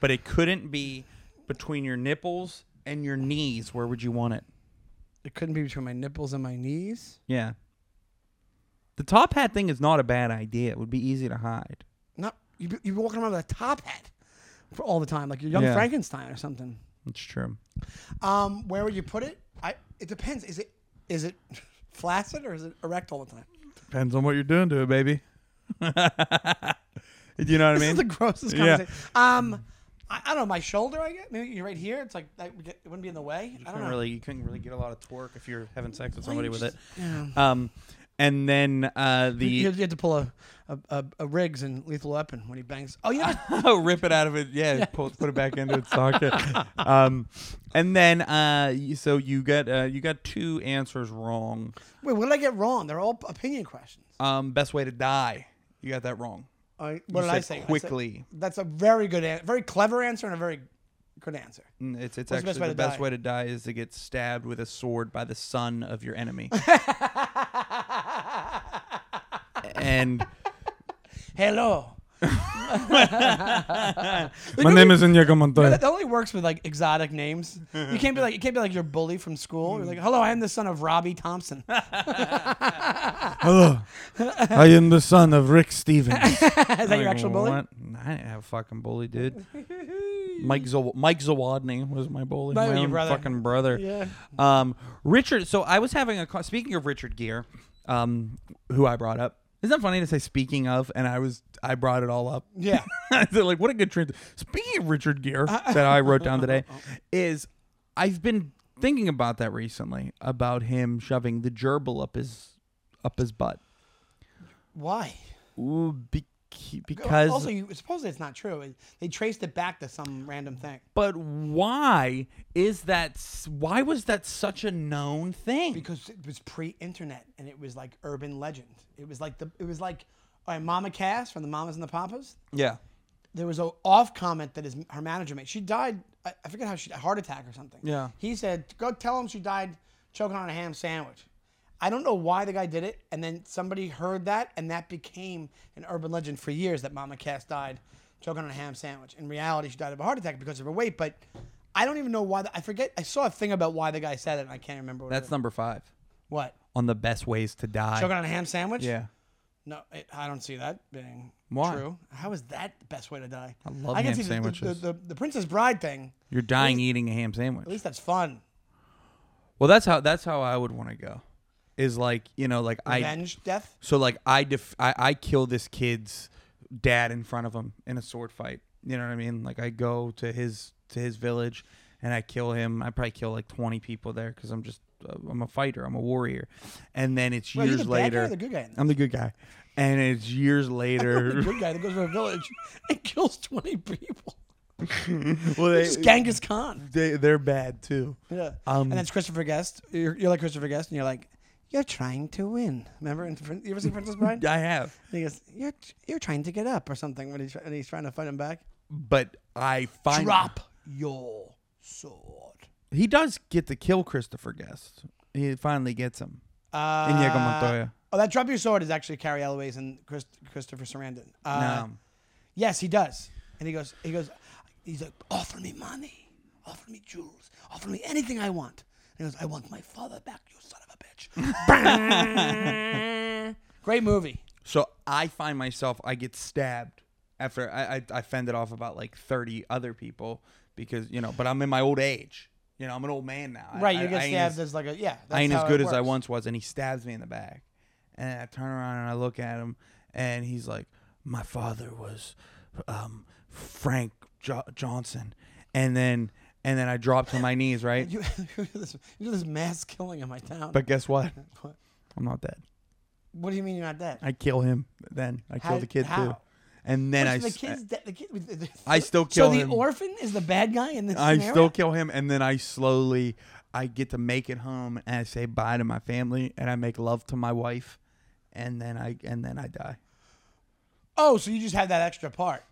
S1: but it couldn't be between your nipples and your knees, where would you want it?
S2: it couldn't be between my nipples and my knees.
S1: Yeah. The top hat thing is not a bad idea. It would be easy to hide.
S2: Not you. You're walking around with a top hat for all the time, like you're young
S1: Yeah.
S2: Frankenstein or something.
S1: It's true.
S2: Um, where would you put it? I. It depends. Is it is it flaccid or is it erect all the time?
S1: Depends on what you're doing to it, baby. you know what I
S2: This
S1: mean?
S2: is the grossest
S1: Yeah.
S2: conversation. Um, I, I don't know. My shoulder, I get maybe you're right here. It's like that would get, it wouldn't be in the way. I don't
S1: couldn't
S2: know.
S1: really you couldn't really get a lot of twerk if you're having sex with
S2: Well, you
S1: somebody with it.
S2: just- yeah.
S1: Um, and then uh,
S2: You,
S1: the
S2: you had to pull a, a, a, a Riggs in Lethal Weapon when he bangs. Oh, you know,
S1: Ah. rip it out of it, yeah, Pull, put it back into its socket. Um, and then uh, you- so you got uh, you got two answers wrong.
S2: wait, what did I get wrong? They're all opinion questions.
S1: Um, best way to die, you got that wrong.
S2: I, what
S1: You
S2: did I
S1: said
S2: say? I said-
S1: quickly.
S2: that's a very good, an- very clever answer and a very good answer.
S1: Mm, It's it's
S2: What's the
S1: actually
S2: best way
S1: the
S2: to
S1: best
S2: die?
S1: way to die is to get stabbed with a sword by the son of your enemy. and
S2: Hello.
S1: my name is Iñigo Montoya.
S2: That, that only works with like exotic names. You can't be like you can't be like your bully from school. You're like, hello, I am the son of Robbie Thompson.
S1: Hello. I am the son of Rick Stevens. Is
S2: Is that your actual bully?
S1: I didn't have a fucking bully, dude. Mike Zaw- Mike Zawadney was my bully.
S2: That
S1: my
S2: was your
S1: own
S2: brother.
S1: fucking brother.
S2: Yeah.
S1: Um, Richard. So I was having a co- speaking of Richard Gere, um, who I brought up. Isn't that funny to say? Speaking of, and I was I brought it all up.
S2: Yeah.
S1: so like, what a good trend. Speaking of Richard Gere that I wrote down today, is I've been thinking about that recently about him shoving the gerbil up his up his butt.
S2: Why?
S1: Ooh, bec- because
S2: also, you, supposedly it's not true. They traced it back to some random thing
S1: but why is that s- why was that such a known thing
S2: because it was pre-internet and it was like urban legend. It was like the it was like all right, Mama Cass from the Mamas and the Papas.
S1: yeah
S2: there was a off comment that his her manager made. She died. I, I forget how she a heart attack or something.
S1: Yeah.
S2: He said, "Go tell him she died choking on a ham sandwich." I don't know why the guy did it, and then somebody heard that, and that became an urban legend for years that Mama Cass died choking on a ham sandwich. In reality, she died of a heart attack because of her weight. But I don't even know why. The, I forget. I saw a thing about why the guy said it, and I can't remember what.
S1: that's
S2: it was.
S1: number five
S2: what
S1: on the best ways to die
S2: choking on a ham sandwich.
S1: yeah
S2: No, I I don't see that being
S1: Why?
S2: true. How is that the best way to die? I
S1: love
S2: can
S1: ham
S2: see the- the-
S1: sandwiches.
S2: The, the, the Princess Bride thing.
S1: you're dying eating a ham sandwich
S2: At least that's fun.
S1: well that's how that's how i would want to go is like you know like i
S2: Revenge, death.
S1: so like i def I, I kill this kid's dad in front of him in a sword fight you know what i mean like i go to his to his village and i kill him i probably kill like 20 people there because i'm just uh, i'm a fighter i'm a warrior and then it's
S2: Wait, are you
S1: years
S2: the bad guy
S1: later
S2: or the good guy? In this?
S1: I'm the good guy. And it's years
S2: the
S1: later.
S2: good guy that goes to a village and kills twenty people.
S1: well,
S2: It's Genghis Khan.
S1: they, they are bad too.
S2: Yeah.
S1: Um,
S2: and that's Christopher Guest. You're, you're like Christopher Guest, and you're like, you're trying to win. Remember, in, Prin- you ever see Princess Bride?
S1: I have,
S2: And he goes, you're you're trying to get up or something when he's when he's trying to fight him back.
S1: but I find
S2: Drop your sword.
S1: he does get to kill Christopher Guest. He finally gets him.
S2: Uh,
S1: Diego Montoya.
S2: Oh, that drop your sword is actually Carrie Elways and Chris, Christopher Sarandon. Uh,
S1: No.
S2: Yes, he does. And he goes, he goes, he's like, offer me money, offer me jewels, offer me anything I want. And he goes, I want my father back, you son of a bitch. Great movie.
S1: So I find myself I get stabbed after I, I I fended off about like thirty other people because you know, but I'm in my old age. You know, I'm an old man now. I-
S2: Right, you
S1: I-
S2: get
S1: I ain't
S2: stabbed
S1: as-
S2: as like a yeah.
S1: I ain't
S2: that's
S1: as
S2: how
S1: good
S2: it
S1: as I
S2: works.
S1: once was, and he stabs me in the back. And I turn around and I look at him, and he's like, "My father was um, Frank jo- Johnson," and then and then I drop to my knees, right?
S2: You, you do this, you do this mass killing in my town.
S1: But guess what?
S2: what,
S1: I'm not dead.
S2: what do you mean you're not dead?
S1: I kill him. Then I kill
S2: How-
S1: the kid too.
S2: how?
S1: And then
S2: Wait,
S1: I
S2: so the
S1: s-
S2: kid's dead. The kid, the, the,
S1: I still kill
S2: so
S1: him.
S2: the orphan is the bad guy in this
S1: I
S2: scenario?
S1: still kill him, and then I slowly I get to make it home, and I say bye to my family, and I make love to my wife, and then I and then I die.
S2: Oh, so you just had that extra part.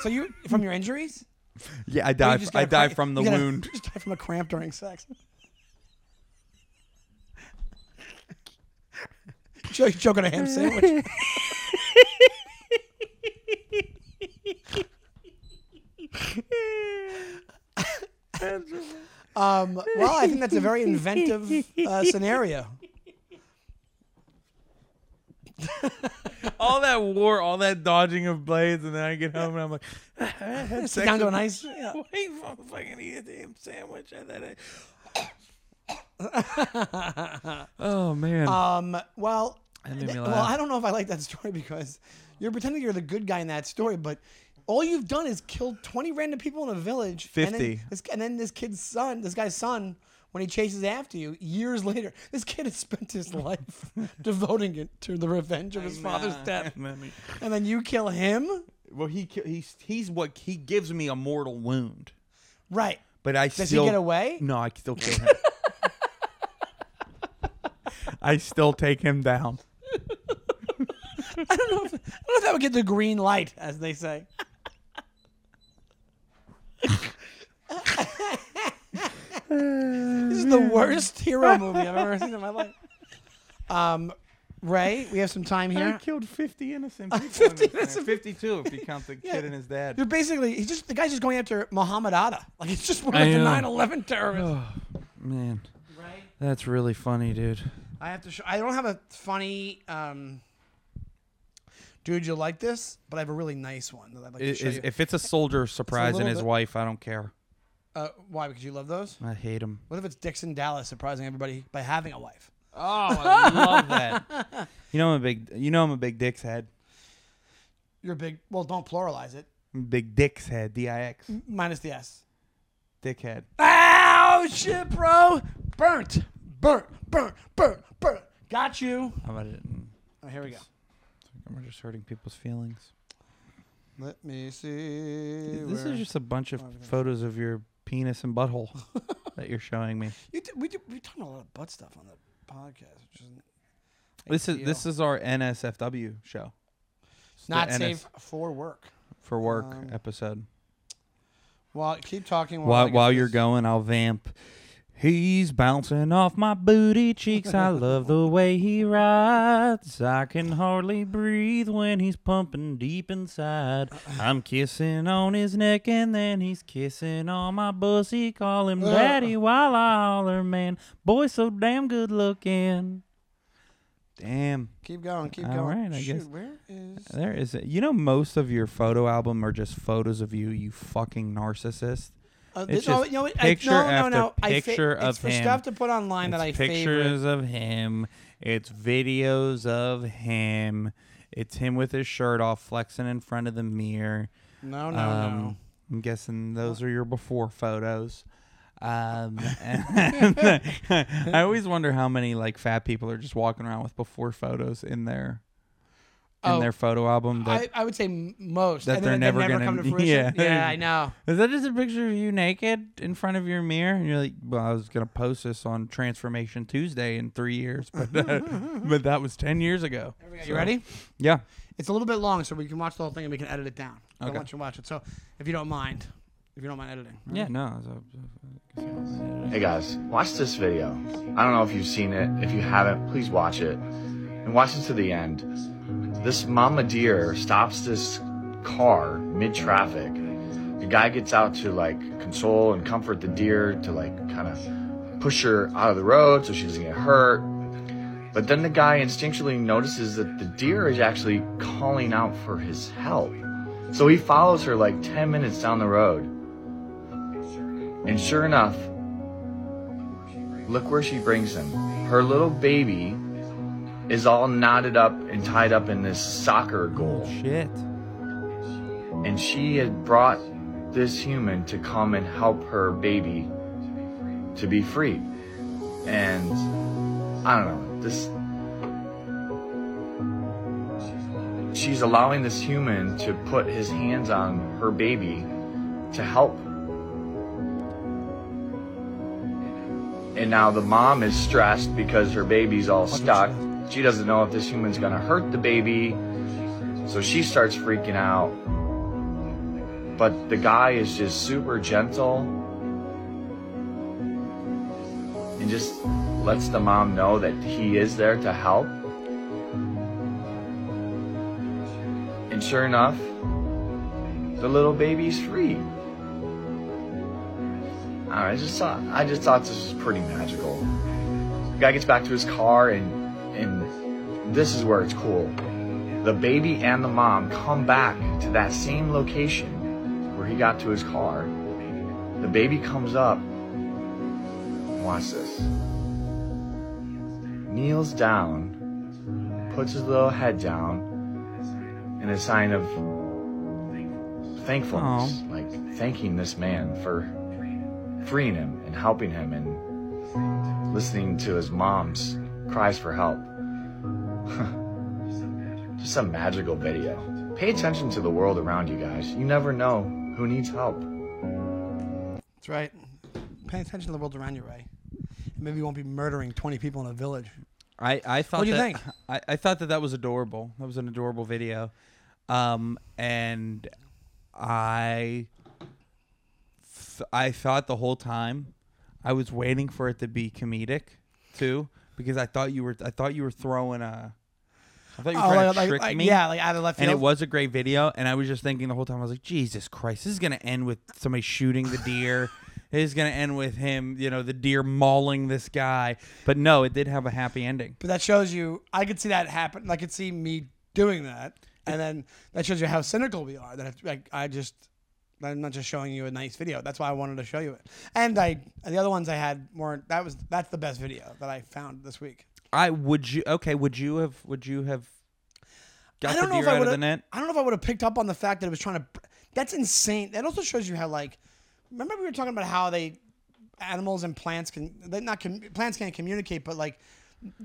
S2: So you from your injuries?
S1: Yeah, I
S2: Or you
S1: die.
S2: just got
S1: I
S2: a
S1: die
S2: cramp-
S1: from the
S2: you got a-
S1: wound.
S2: you just die from a cramp during sex. Joe, you choking a ham sandwich. um, well, I think that's a very inventive uh, scenario.
S1: all that war, all that dodging of blades, and then I get home and I'm like, I had
S2: Sit
S1: sex
S2: down to
S1: with-
S2: an ice. yeah.
S1: Wait, I'm fucking eat a damn sandwich. And then I, oh man,
S2: Um, well,
S1: That made me
S2: th- well,
S1: laugh.
S2: I don't know if I like that story because you're pretending you're the good guy in that story, but all you've done is killed 20 random people in a village. And
S1: 50.
S2: then, this, and then this kid's son, this guy's son, when he chases after you years later, this kid has spent his life devoting it to the revenge of his father's death. And then you kill him?
S1: Well, he ki- he's he's what he gives me a mortal wound,
S2: Right.
S1: but I
S2: Does
S1: still
S2: he get away?
S1: No, I still kill him. I still take him down.
S2: I don't know if, I don't know if that would get the green light, as they say. this is the worst hero movie I've ever seen in my life. Um, Ray, we have some time
S1: I
S2: here.
S1: killed fifty innocent people.
S2: 50
S1: 50
S2: innocent
S1: fifty-two if you count the
S2: Yeah.
S1: kid and his dad.
S2: You're basically he's just the guy's just going after Muhammad Atta. Like it's just one of
S1: I
S2: the
S1: know.
S2: 9/11 terrorists.
S1: Man,
S2: Right.
S1: that's really funny, dude.
S2: I have to. Show, I don't have a funny. Um, dude, you like this? But I have a really nice one that I'd like to show you.
S1: if it's a soldier surprising
S2: little
S1: his
S2: bit-
S1: wife, I don't care.
S2: uh, why? Because you love those.
S1: I hate him.
S2: What if it's Dixon Dallas surprising everybody by having a wife?
S1: Oh, I love that. You know I'm a big. You know I'm a big dick's head.
S2: You're a big. Well, don't pluralize it.
S1: I'm a big dick's head. D I X.
S2: Minus the S.
S1: Dickhead.
S2: Ow, shit, bro. Burnt, burnt, burnt, burnt, burnt. Got you.
S1: How about it?
S2: Oh, here we go.
S1: We're just hurting people's feelings.
S2: Let me see.
S1: This is just a bunch of photos of your penis and butthole that you're showing me.
S2: You do, we do, we're talking a lot of butt stuff on the podcast, which isn't
S1: This is this is our NSFW show. It's the
S2: not
S1: NS
S2: safe for work.
S1: for work
S2: um,
S1: episode.
S2: Well, keep talking while, I
S1: While
S2: get
S1: while
S2: this.
S1: you're going, I'll vamp. He's bouncing off my booty cheeks. I love the way he rides. I can hardly breathe when he's pumping deep inside. I'm kissing on his neck and then he's kissing on my pussy. Call him daddy while I holler, man. Boy, so damn good looking. Damn.
S2: keep going, keep
S1: All
S2: going.
S1: right, I
S2: Shoot,
S1: guess- Uh,
S2: where is?
S1: There is a, you know most of your photo album are just photos of you, you fucking narcissist.
S2: Uh,
S1: It's
S2: this- oh,
S1: just
S2: you know what?
S1: picture
S2: I, no,
S1: after
S2: no, no. I fa-
S1: picture
S2: it's
S1: of
S2: for
S1: him.
S2: stuff to put online that I
S1: it's
S2: favorite.
S1: pictures of him. It's videos of him. It's him with his shirt off, flexing in front of the mirror.
S2: Oh, No, no, no.
S1: Um, I'm guessing those are your before photos. Um, and I always wonder how many like fat people are just walking around with before photos in their in
S2: Oh.
S1: their photo album. That
S2: I, I would say m- most.
S1: that
S2: and
S1: they're
S2: then
S1: never
S2: never, never
S1: gonna-
S2: come to fruition.
S1: yeah.
S2: I know.
S1: Is that just a picture of you naked in front of your mirror? And you're like, well, I was gonna post this on Transformation Tuesday in three years, but uh, but that was ten years ago.
S2: You
S1: So-
S2: ready?
S1: Yeah.
S2: It's a little bit long, so we can watch the whole thing and we can edit it down. I
S1: Okay.
S2: want you to watch it. So if you don't mind, if you don't mind editing.
S1: Yeah. No. it's a-
S3: Hey guys, watch this video. I don't know if you've seen it. If you haven't, please watch it. and watch this to the end. This mama deer stops this car mid traffic. The guy gets out to like console and comfort the deer to like kind of push her out of the road so she doesn't get hurt. But then the guy instinctually notices that the deer is actually calling out for his help. So he follows her like 10 minutes down the road. And sure enough, look where she brings him. Her little baby is all knotted up and tied up in this soccer goal.
S1: Shit.
S3: And she had brought this human to come and help her baby to be free. And I don't know, this. She's allowing this human to put his hands on her baby to help And now the mom is stressed because her baby's all stuck. She doesn't know if this human's gonna hurt the baby. So she starts freaking out. But the guy is just super gentle and just lets the mom know that he is there to help. And sure enough, the little baby's free. I just thought I just thought this was pretty magical. The guy gets back to his car and and this is where it's cool. The baby and the mom come back to that same location where he got to his car. The baby comes up. Watch this. Kneels down, puts his little head down in a sign of thankfulness, like thanking this man for freeing him and helping him and listening to his mom's cries for help. Just a magical video. Pay attention to the world around you guys. You never know who needs help.
S2: That's right. Pay attention to the world around you, Ray. Maybe you won't be murdering 20 people in a village.
S1: I, I thought
S2: What'd you
S1: that,
S2: think?
S1: I, I thought that that was adorable. That was an adorable video. Um, and I th- I thought the whole time I was waiting for it to be comedic too because I thought you were I thought you were throwing a I thought you were trying to trick me.
S2: yeah, Oh, like out of left
S1: and it
S2: field.
S1: was a great video. And I was just thinking the whole time, I was like, Jesus Christ, this is gonna end with somebody shooting the deer. It is gonna end with him, you know, the deer mauling this guy. But no, it did have a happy ending.
S2: But that shows you, I could see that happen. I could see me doing that. And then that shows you how cynical we are. That it's, like I just, I'm not just showing you a nice video. That's why I wanted to show you it. And I, the other ones I had weren't. That was that's the best video that I found this week.
S1: I would you okay? Would you have? Would you have? Got
S2: I don't
S1: the
S2: know
S1: deer
S2: if I
S1: out of
S2: would
S1: the net.
S2: have. I don't know if I would have picked up on the fact that it was trying to. That's insane. That also shows you how like. Remember we were talking about how they, animals and plants can they not com, plants can't communicate, but like.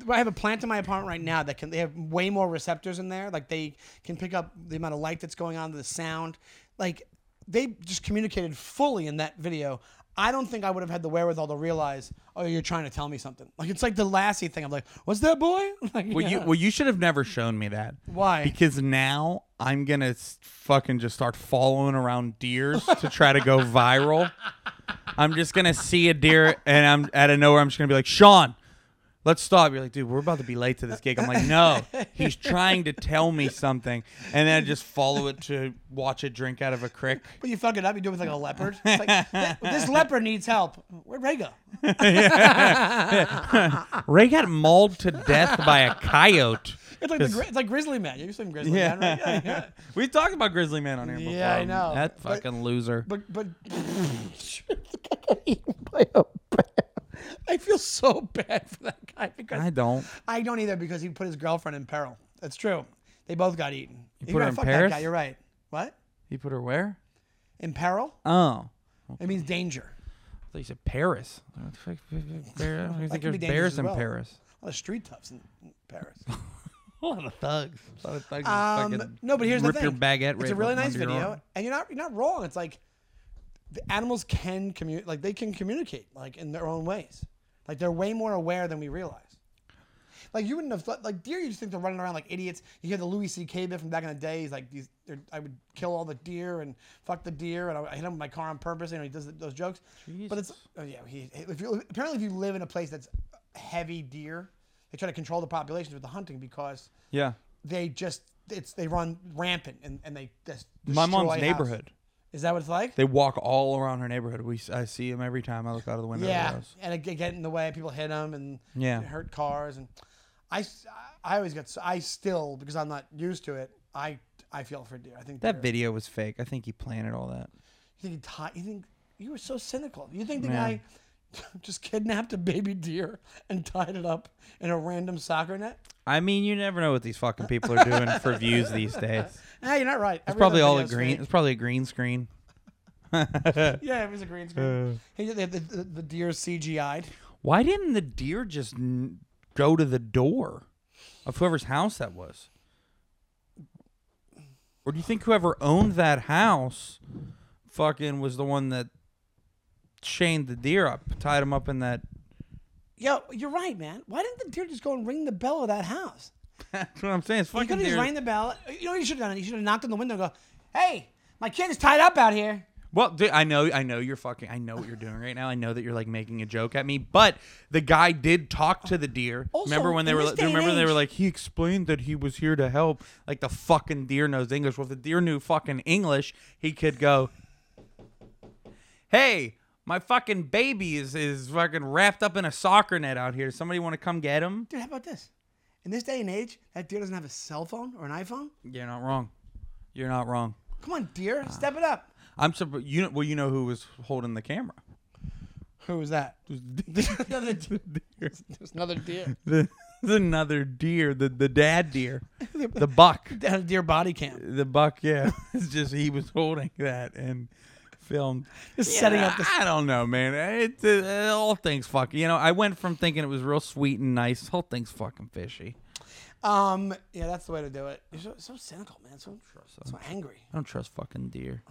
S2: I have a plant in my apartment right now that can they have way more receptors in there. Like they can pick up the amount of light that's going on, the sound. Like they just communicated fully in that video. I don't think I would have had the wherewithal to realize, oh, you're trying to tell me something. Like it's like the Lassie thing. I'm like, what's that boy? Like,
S1: Well, you
S2: yeah.
S1: well, you should have never shown me that.
S2: Why?
S1: Because now I'm gonna s- fucking just start following around deers to try to go viral. I'm just gonna see a deer, and I'm out of nowhere. I'm just gonna be like, Sean, let's stop. You're like, dude, we're about to be late to this gig. I'm like, no, he's trying to tell me something, and then I just follow it to watch it drink out of a crick.
S2: But you fuck it up. You do it with like a leopard. It's like, "Th- this leopard needs help. Where'd Ray go?
S1: Ray got mauled to death by a coyote.
S2: It's like the gri- it's like Grizzly Man. You've seen Grizzly
S1: Yeah.
S2: Man, right? Yeah, yeah.
S1: We talked about Grizzly Man on here before.
S2: Yeah, I know.
S1: That
S2: But-
S1: fucking loser.
S2: But but I feel so bad for that guy because
S1: I don't.
S2: I don't either because he put his girlfriend in peril. That's true. They both got eaten. You
S1: put her in
S2: fuck
S1: Paris?
S2: That guy. You're right. What?
S1: He put her where?
S2: In peril?
S1: Oh.
S2: It means danger.
S1: I thought you said Paris. What the fuck? Bear- I don't even think
S2: can
S1: there's
S2: be dangerous
S1: bears
S2: as
S1: in
S2: well.
S1: Paris.
S2: A lot of street toughs in Paris.
S1: A lot of thugs. A lot of thugs.
S2: Um, no, but here's
S1: rip
S2: the thing.
S1: your baguette.
S2: It's
S1: right
S2: a really
S1: up
S2: nice
S1: under your
S2: video,
S1: arm.
S2: and you're not you're not wrong. It's like the animals can communicate, like they can communicate, like in their own ways. Like they're way more aware than we realize. Like you wouldn't have thought, like deer, you just think they're running around like idiots. You hear the Louis C.K. bit from back in the day. He's like, these, they're- I would kill all the deer and fuck the deer, and I, I hit him with my car on purpose. You know, he does those jokes. But it's oh yeah. He, if you, apparently, if you live in a place that's heavy deer, they try to control the populations with the hunting because
S1: Yeah.
S2: they just it's they run rampant and, and they just
S1: My mom's
S2: destroy house-
S1: neighborhood.
S2: Is that what it's like?
S1: They walk all around her neighborhood. We s- I see them every time I look out of the window. of her
S2: yeah,
S1: house.
S2: and it, they get in the way. People hit them and
S1: Yeah.
S2: it hurt cars and I s- I always get s- I still because I'm not used to it. I I feel for deer. I think
S1: That
S2: they're-
S1: video was fake. I think he planted all that.
S2: You think, he ti- you think you were so cynical. You think the
S1: Man.
S2: guy just kidnapped a baby deer and tied it up in a random soccer net?
S1: I mean, you never know what these fucking people are doing for views these days.
S2: Nah, you're not right.
S1: It's probably all a green. It's probably a green screen.
S2: Yeah, it was a green
S1: Uh.
S2: screen. He did- they had the, the, the deer CGI'd.
S1: Why didn't the deer just n- go to the door of whoever's house that was? Or do you think whoever owned that house fucking was the one that chained the deer up, tied him up in that?
S2: Yo, you're right, man. Why didn't the deer just go and ring the bell of that house?
S1: That's what I'm saying. It's
S2: You
S1: fucking
S2: could have
S1: deer.
S2: just rang the bell. You know what you should have done? You should have knocked on the window and go, hey, my kid is tied up out here.
S1: Well, dude, I know, I know you're fucking, I know what you're doing right now. I know that you're like making a joke at me, but the guy did talk to the deer.
S2: Also,
S1: remember when they
S2: in
S1: were,
S2: this
S1: do
S2: day
S1: you
S2: and
S1: remember when they were like,
S2: age-
S1: he explained that he was here to help. Like the fucking deer knows English. Well, if the deer knew fucking English, he could go, hey, my fucking baby is is fucking wrapped up in a soccer net out here. Somebody want to come get him?
S2: Dude, how about this? In this day and age, that deer doesn't have a cell phone or an iPhone.
S1: You're not wrong. You're not wrong.
S2: Come on, deer, step it up.
S1: I'm surprised. You know, well, you know who was holding the camera.
S2: Who was that? another deer.
S1: Deer.
S2: There's another deer.
S1: the, there's another deer, the the dad deer, the buck,
S2: a deer body cam.
S1: the buck. Yeah, it's just he was holding that and filmed.
S2: Just setting up the-
S1: I don't know, man. It, uh, all things fuck. You know, I went from thinking it was real sweet and nice. Whole thing's fucking fishy.
S2: Um, yeah, that's the way to do it. You're so, so cynical, man. So, so angry.
S1: I don't trust fucking deer.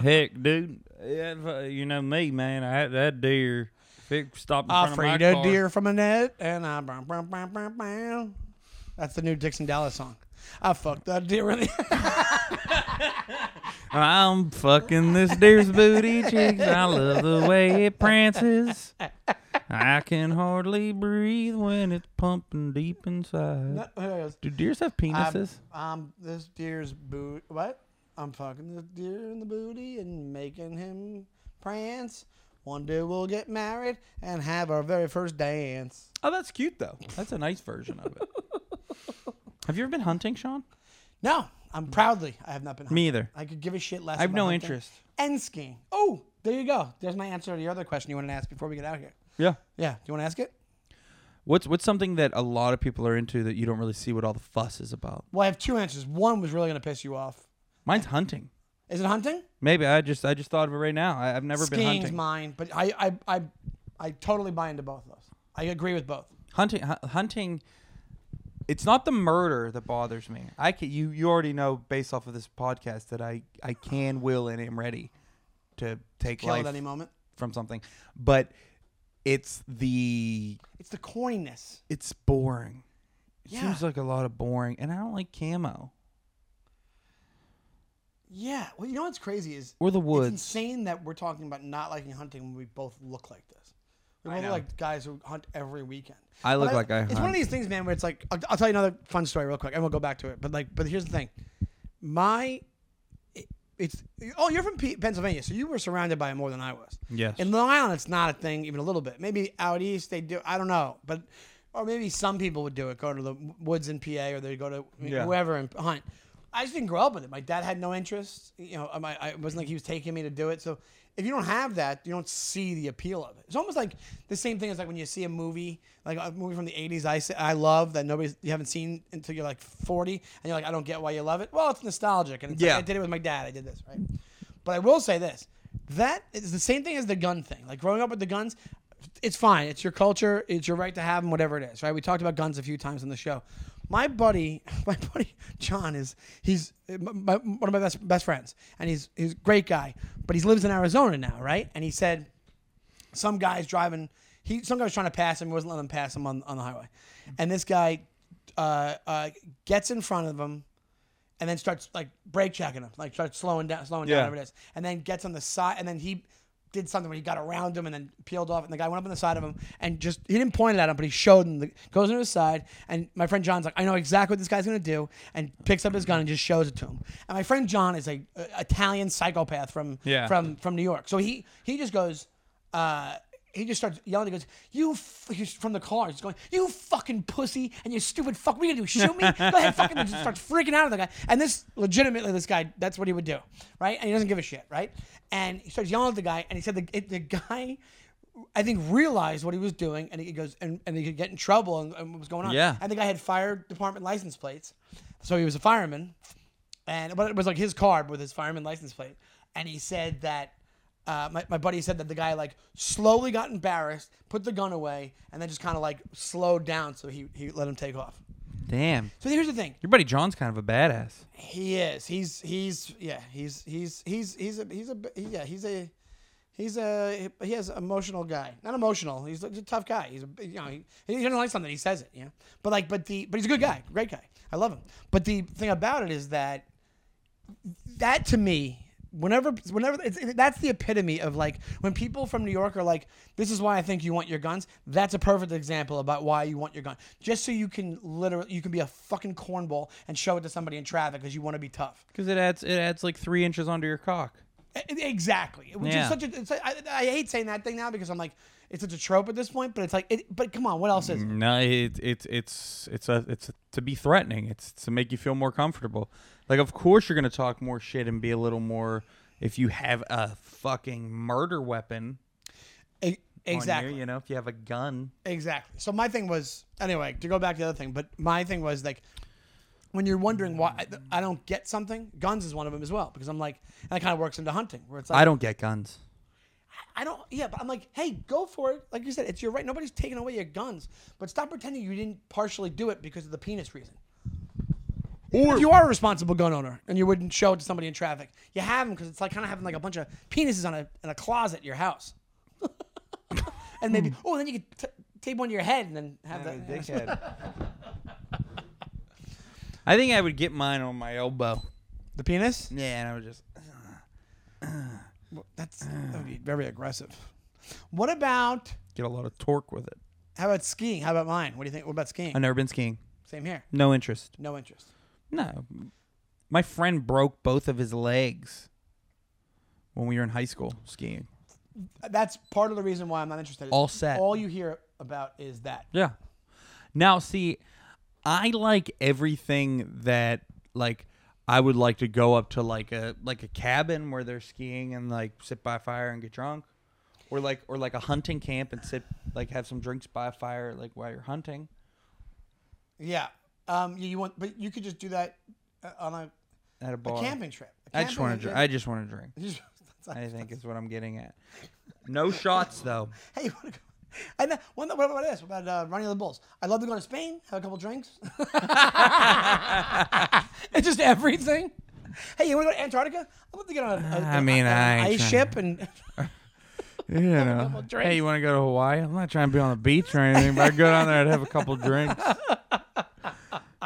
S1: Heck, dude, yeah, you know me, man. I had that deer. If it stopped in front of my
S2: Afraid a
S1: car-
S2: Ah, deer from a net, and I. Brum, brum, brum, brum, brum. That's the new Dixon Dallas song. I fucked that deer in the.
S1: I'm fucking this deer's booty cheeks. I love the way it prances. I can hardly breathe when it's pumping deep inside. Do deers have
S2: I'm,
S1: penises?
S2: I'm this deer's boot. What? I'm fucking this deer in the booty and making him prance. One day we'll get married and have our very first dance.
S1: oh, that's cute though. That's a nice version of it. have you ever been hunting, Sean?
S2: No, I'm proudly. I have not been.
S1: Me
S2: hunting.
S1: either.
S2: I could give a shit less.
S1: I have
S2: about
S1: no
S2: hunting
S1: interest.
S2: And skiing. Oh, there you go. There's my answer to your other question you wanted to ask before we get out here.
S1: Yeah.
S2: Yeah, do you want to ask it?
S1: What's what's something that a lot of people are into that you don't really see what all the fuss is about?
S2: Well, I have two answers. One was really gonna piss you off.
S1: Mine's hunting.
S2: Is it hunting?
S1: Maybe I just I just thought of it right now. I, I've never been
S2: Skiing's
S1: hunting.
S2: mine, but I, I I I totally buy into both of those. I agree with both.
S1: hunting hu- hunting it's not the murder that bothers me i can, you you already know based off of this podcast that i i can will and am ready to take
S2: Kill
S1: life
S2: at any moment.
S1: from something but it's the
S2: It's the coyness.
S1: it's boring it
S2: Yeah.
S1: seems like a lot of boring and i don't like camo
S2: Yeah. Well, you know what's crazy is
S1: or the
S2: It's
S1: woods
S2: insane that we're talking about not liking hunting when we both look like this. We both
S1: know.
S2: look like guys who hunt every weekend.
S1: I
S2: But
S1: look like I
S2: It's one
S1: hunt.
S2: of these things, man, where it's like I'll, I'll tell you another fun story real quick, and we'll go back to it. But like, but here's the thing, my. it- It's oh you're from P- Pennsylvania, so you were surrounded by it more than I was.
S1: Yes.
S2: In Long Island, it's not a thing even a little bit. Maybe out east they do. I don't know, but or maybe some people would do it. Go to the woods in PA, or they go to
S1: Yeah.
S2: whoever and hunt. I just didn't grow up with it. My dad had no interest. You know, um, I, I it wasn't like he was taking me to do it. So if you don't have that, you don't see the appeal of it. It's almost like the same thing as like when you see a movie, like a movie from the '80s. I say, I love that nobody's you haven't seen until you're like 40, and you're like, I don't get why you love it. Well, it's nostalgic, and it's like,
S1: Yeah.
S2: I did it with my dad. I did this right. But I will say this: that is the same thing as the gun thing. Like growing up with the guns, it's fine. It's your culture. It's your right to have them, whatever it is. Right? We talked about guns a few times on the show. My buddy, my buddy John is he's my, one of my best best friends, and he's he's a great guy. But he lives in Arizona now, right? And he said some guy's driving. He some guy was trying to pass him. He wasn't letting him pass him on, on the highway, and this guy uh, uh, gets in front of him, and then starts like brake checking him, like starts slowing down, slowing
S1: Yeah.
S2: down, whatever it is, and then gets on the side, and then he did something where he got around him and then peeled off, and the guy went up on the side of him and just he didn't point it at him, but he showed him. The, goes into his side, and my friend John's like, I know exactly what this guy's gonna do, and picks up his gun and just shows it to him. And my friend John is a, a Italian psychopath from
S1: Yeah.
S2: from from New York, so he he just goes. Uh, he just starts yelling. He goes, "You!" F-, he's from the car. He's going, "You fucking pussy and you stupid fuck! What are you gonna do? Shoot me? Go ahead, fucking!" Just starts freaking out at the guy. And this, legitimately, this guy, that's what he would do, right? And he doesn't give a shit, right? And he starts yelling at the guy. And he said, "The it, the guy." I think realized what he was doing, and he goes and, and he could get in trouble and, and what was going on.
S1: Yeah.
S2: and the guy had fire department license plates, so he was a fireman, and but it was like his car with his fireman license plate. And he said that uh, my, my buddy said that the guy like slowly got embarrassed, put the gun away, and then just kind of like slowed down so he, he let him take off.
S1: Damn.
S2: So here's the thing.
S1: Your buddy John's kind of a badass.
S2: He is. He's he's yeah, he's he's he's he's a he's a he- yeah, he's a he's a he has emotional guy. Not emotional. He's a tough guy. He's a you know, he, he doesn't like something, he says it, you know. But like but the but he's a good guy, great guy. I love him. But the thing about it is that that to me whenever whenever it's, it- that's the epitome of like when people from new york are like this is why i think you want your guns that's a perfect example about why you want your gun just so you can literally you can be a fucking cornball and show it to somebody in traffic because you want to be tough
S1: Because it adds it adds like three inches onto your cock.
S2: E- exactly which is
S1: Yeah.
S2: such a it's like, I, I hate saying that thing now because i'm like it's such a trope at this point but it's like it, but come on what else is it?
S1: No, it, it's it's it's a it's a, to be threatening. It's to make you feel more comfortable. Like, of course, you're gonna talk more shit and be a little more. If you have a fucking murder weapon
S2: E-
S1: on
S2: exactly
S1: you, you know, if you have a gun,
S2: Exactly. So my thing was anyway to go back to the other thing, but my thing was like when you're wondering why I- I don't get something, guns is one of them as well because I'm like and that kind of works into hunting where it's like
S1: I don't get guns.
S2: I don't yeah, but I'm like hey, go for it. Like you said, it's your right. Nobody's taking away your guns, but stop pretending you didn't partially do it because of the penis reason. Or if you are a responsible gun owner and you wouldn't show it to somebody in traffic, you have them because it's like kind of having like a bunch of penises on a in a closet at your house, and maybe oh then you could t- tape one to your head and then have that.
S1: I think I would get mine on my elbow.
S2: The penis?
S1: Yeah, and I would just.
S2: That's that would be very aggressive. What about
S1: get a lot of torque with it.
S2: how about skiing? How about mine? What do you think? What about skiing?
S1: I've never been skiing.
S2: Same here.
S1: No interest.
S2: No interest.
S1: No. My friend broke both of his legs when we were in high school skiing.
S2: Uh, That's part of the reason why I'm not interested.
S1: All set.
S2: All you hear about is that.
S1: Yeah. Now, see, I like everything that like I would like to go up to like a like a cabin where they're skiing and like sit by a fire and get drunk, or like or like a hunting camp and sit like have some drinks by a fire like while you're hunting.
S2: Yeah. Um. You, you want, but you could just do that uh, on a,
S1: At a bar,
S2: a camping trip. A
S1: I just
S2: camping
S1: want to drink. I just want to drink.
S2: Just-
S1: I think is what I'm getting at. No shots though.
S2: hey, you want to go? And then, what about what about this? What about uh, running the bulls? I'd love to go to Spain, have a couple drinks. it's just everything. Hey, you want to go to Antarctica? I'd love to get on a, a,
S1: I mean,
S2: a-
S1: I
S2: an
S1: ain't
S2: ice
S1: trying-
S2: ship and.
S1: You know, hey, you want to go to Hawaii? I'm not trying to be on the beach or anything, but I'd go down there and have a couple drinks.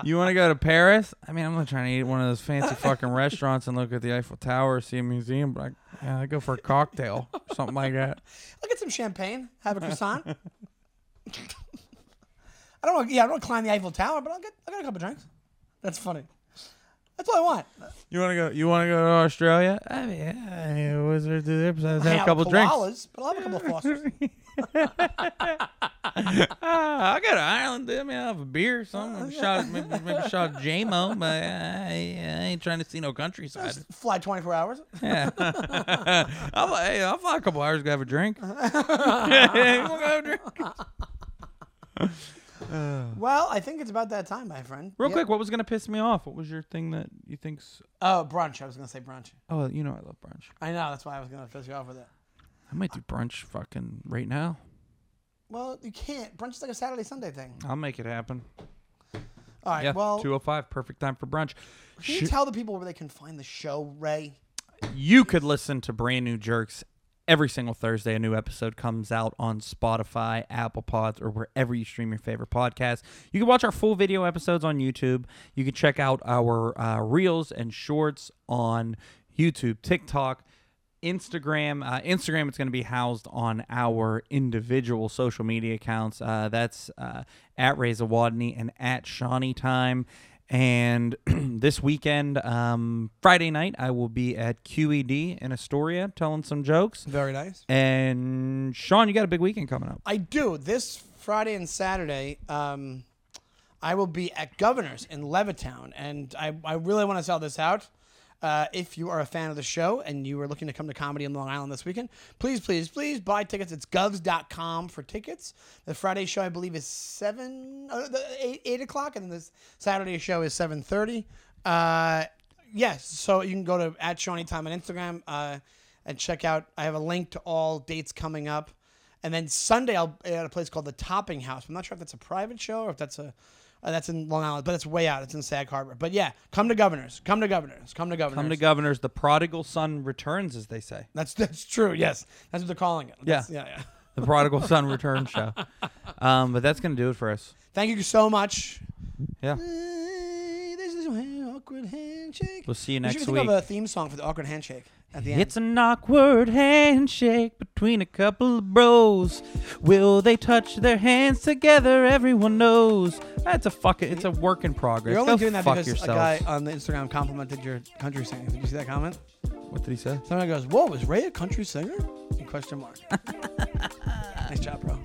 S1: You want to go to Paris? I mean, I'm not trying to eat at one of those fancy fucking restaurants and look at the Eiffel Tower, see a museum, but I, yeah, I go for a cocktail or something like that.
S2: I'll get some champagne, have a croissant. I don't want, yeah, I don't wanna climb the Eiffel Tower, but I'll get, I'll get a couple drinks. That's funny. That's all I want.
S1: You want to go? You want to go to Australia? I mean, yeah, what's there to do besides have
S2: Hang
S1: a
S2: out
S1: couple
S2: with
S1: drinks?
S2: koalas, But I'll have a couple of fosters.
S1: Ah, I go to Ireland. I mean, I'll have a beer or something. Maybe shot, maybe, maybe shot J-Mo, but uh, I, I ain't trying to see no countryside.
S2: Fly 24 hours.
S1: Yeah. I'll, hey, I'll fly a couple hours, go have a drink. We'll go have a drink.
S2: Well, I think it's about that time, my friend.
S1: Real
S2: Yeah.
S1: quick, what was going to piss me off? What was your thing that you think's.
S2: Oh, brunch. I was going to say brunch.
S1: Oh, you know I love brunch.
S2: I know. That's why I was going to piss you off with it.
S1: I might do brunch fucking right now.
S2: Well, you can't. Brunch is like a Saturday, Sunday thing.
S1: I'll make it happen.
S2: All right.
S1: Yeah,
S2: well,
S1: 205, perfect time for brunch.
S2: can you
S1: Sh-
S2: tell the people where they can find the show, Ray?
S1: you could listen to brand new jerks every single Thursday. A new episode comes out on Spotify, Apple Pods, or wherever you stream your favorite podcast. You can watch our full video episodes on YouTube. You can check out our uh, reels and shorts on YouTube, TikTok, Instagram. Uh, Instagram, it's going to be housed on our individual social media accounts. Uh, that's uh, at Ray Zawadney and at Shawnee Time. And this weekend, um, Friday night, I will be at QED in Astoria telling some jokes.
S2: Very nice.
S1: And Sean, you got a big weekend coming up.
S2: I do. This Friday and Saturday, um, I will be at Governor's in Levittown, and I, I really want to sell this out. Uh, if you are a fan of the show and you are looking to come to comedy in Long Island this weekend, please, please, please buy tickets. It's govs.com for tickets. The Friday show, I believe, is seven, uh, the eight, eight o'clock, and the Saturday show is seven thirty. Uh, yes, so you can go to at Shawnee Time on Instagram uh, and check out. I have a link to all dates coming up. And then Sunday, I'll be at a place called the Topping House. I'm not sure if that's a private show or if that's a uh, that's in Long Island, but it's way out. It's in Sag Harbor. But yeah, come to Governors. Come to Governors. Come to Governors.
S1: Come to Governors. The prodigal son returns, as they say.
S2: that's that's true. Yes, that's what they're calling it. That's- yeah, yeah.
S1: The prodigal son returns show. Um, but that's going to do it for us.
S2: Thank you so much.
S1: Yeah.
S2: This is my awkward handshake.
S1: We'll see you
S2: We
S1: next
S2: should think
S1: week.
S2: of a theme song for the awkward handshake at the end.
S1: It's an awkward handshake between a couple of bros. Will they touch their hands together? Everyone knows. That's a fucking. It's a work in progress.
S2: You're only
S1: Go
S2: doing that
S1: fuck
S2: because
S1: yourself.
S2: a guy uh, on the Instagram complimented your country singer. Did you see that comment?
S1: what did he say?
S2: Somebody goes, "Whoa, is Ray a country singer?" And question mark. nice job, bro.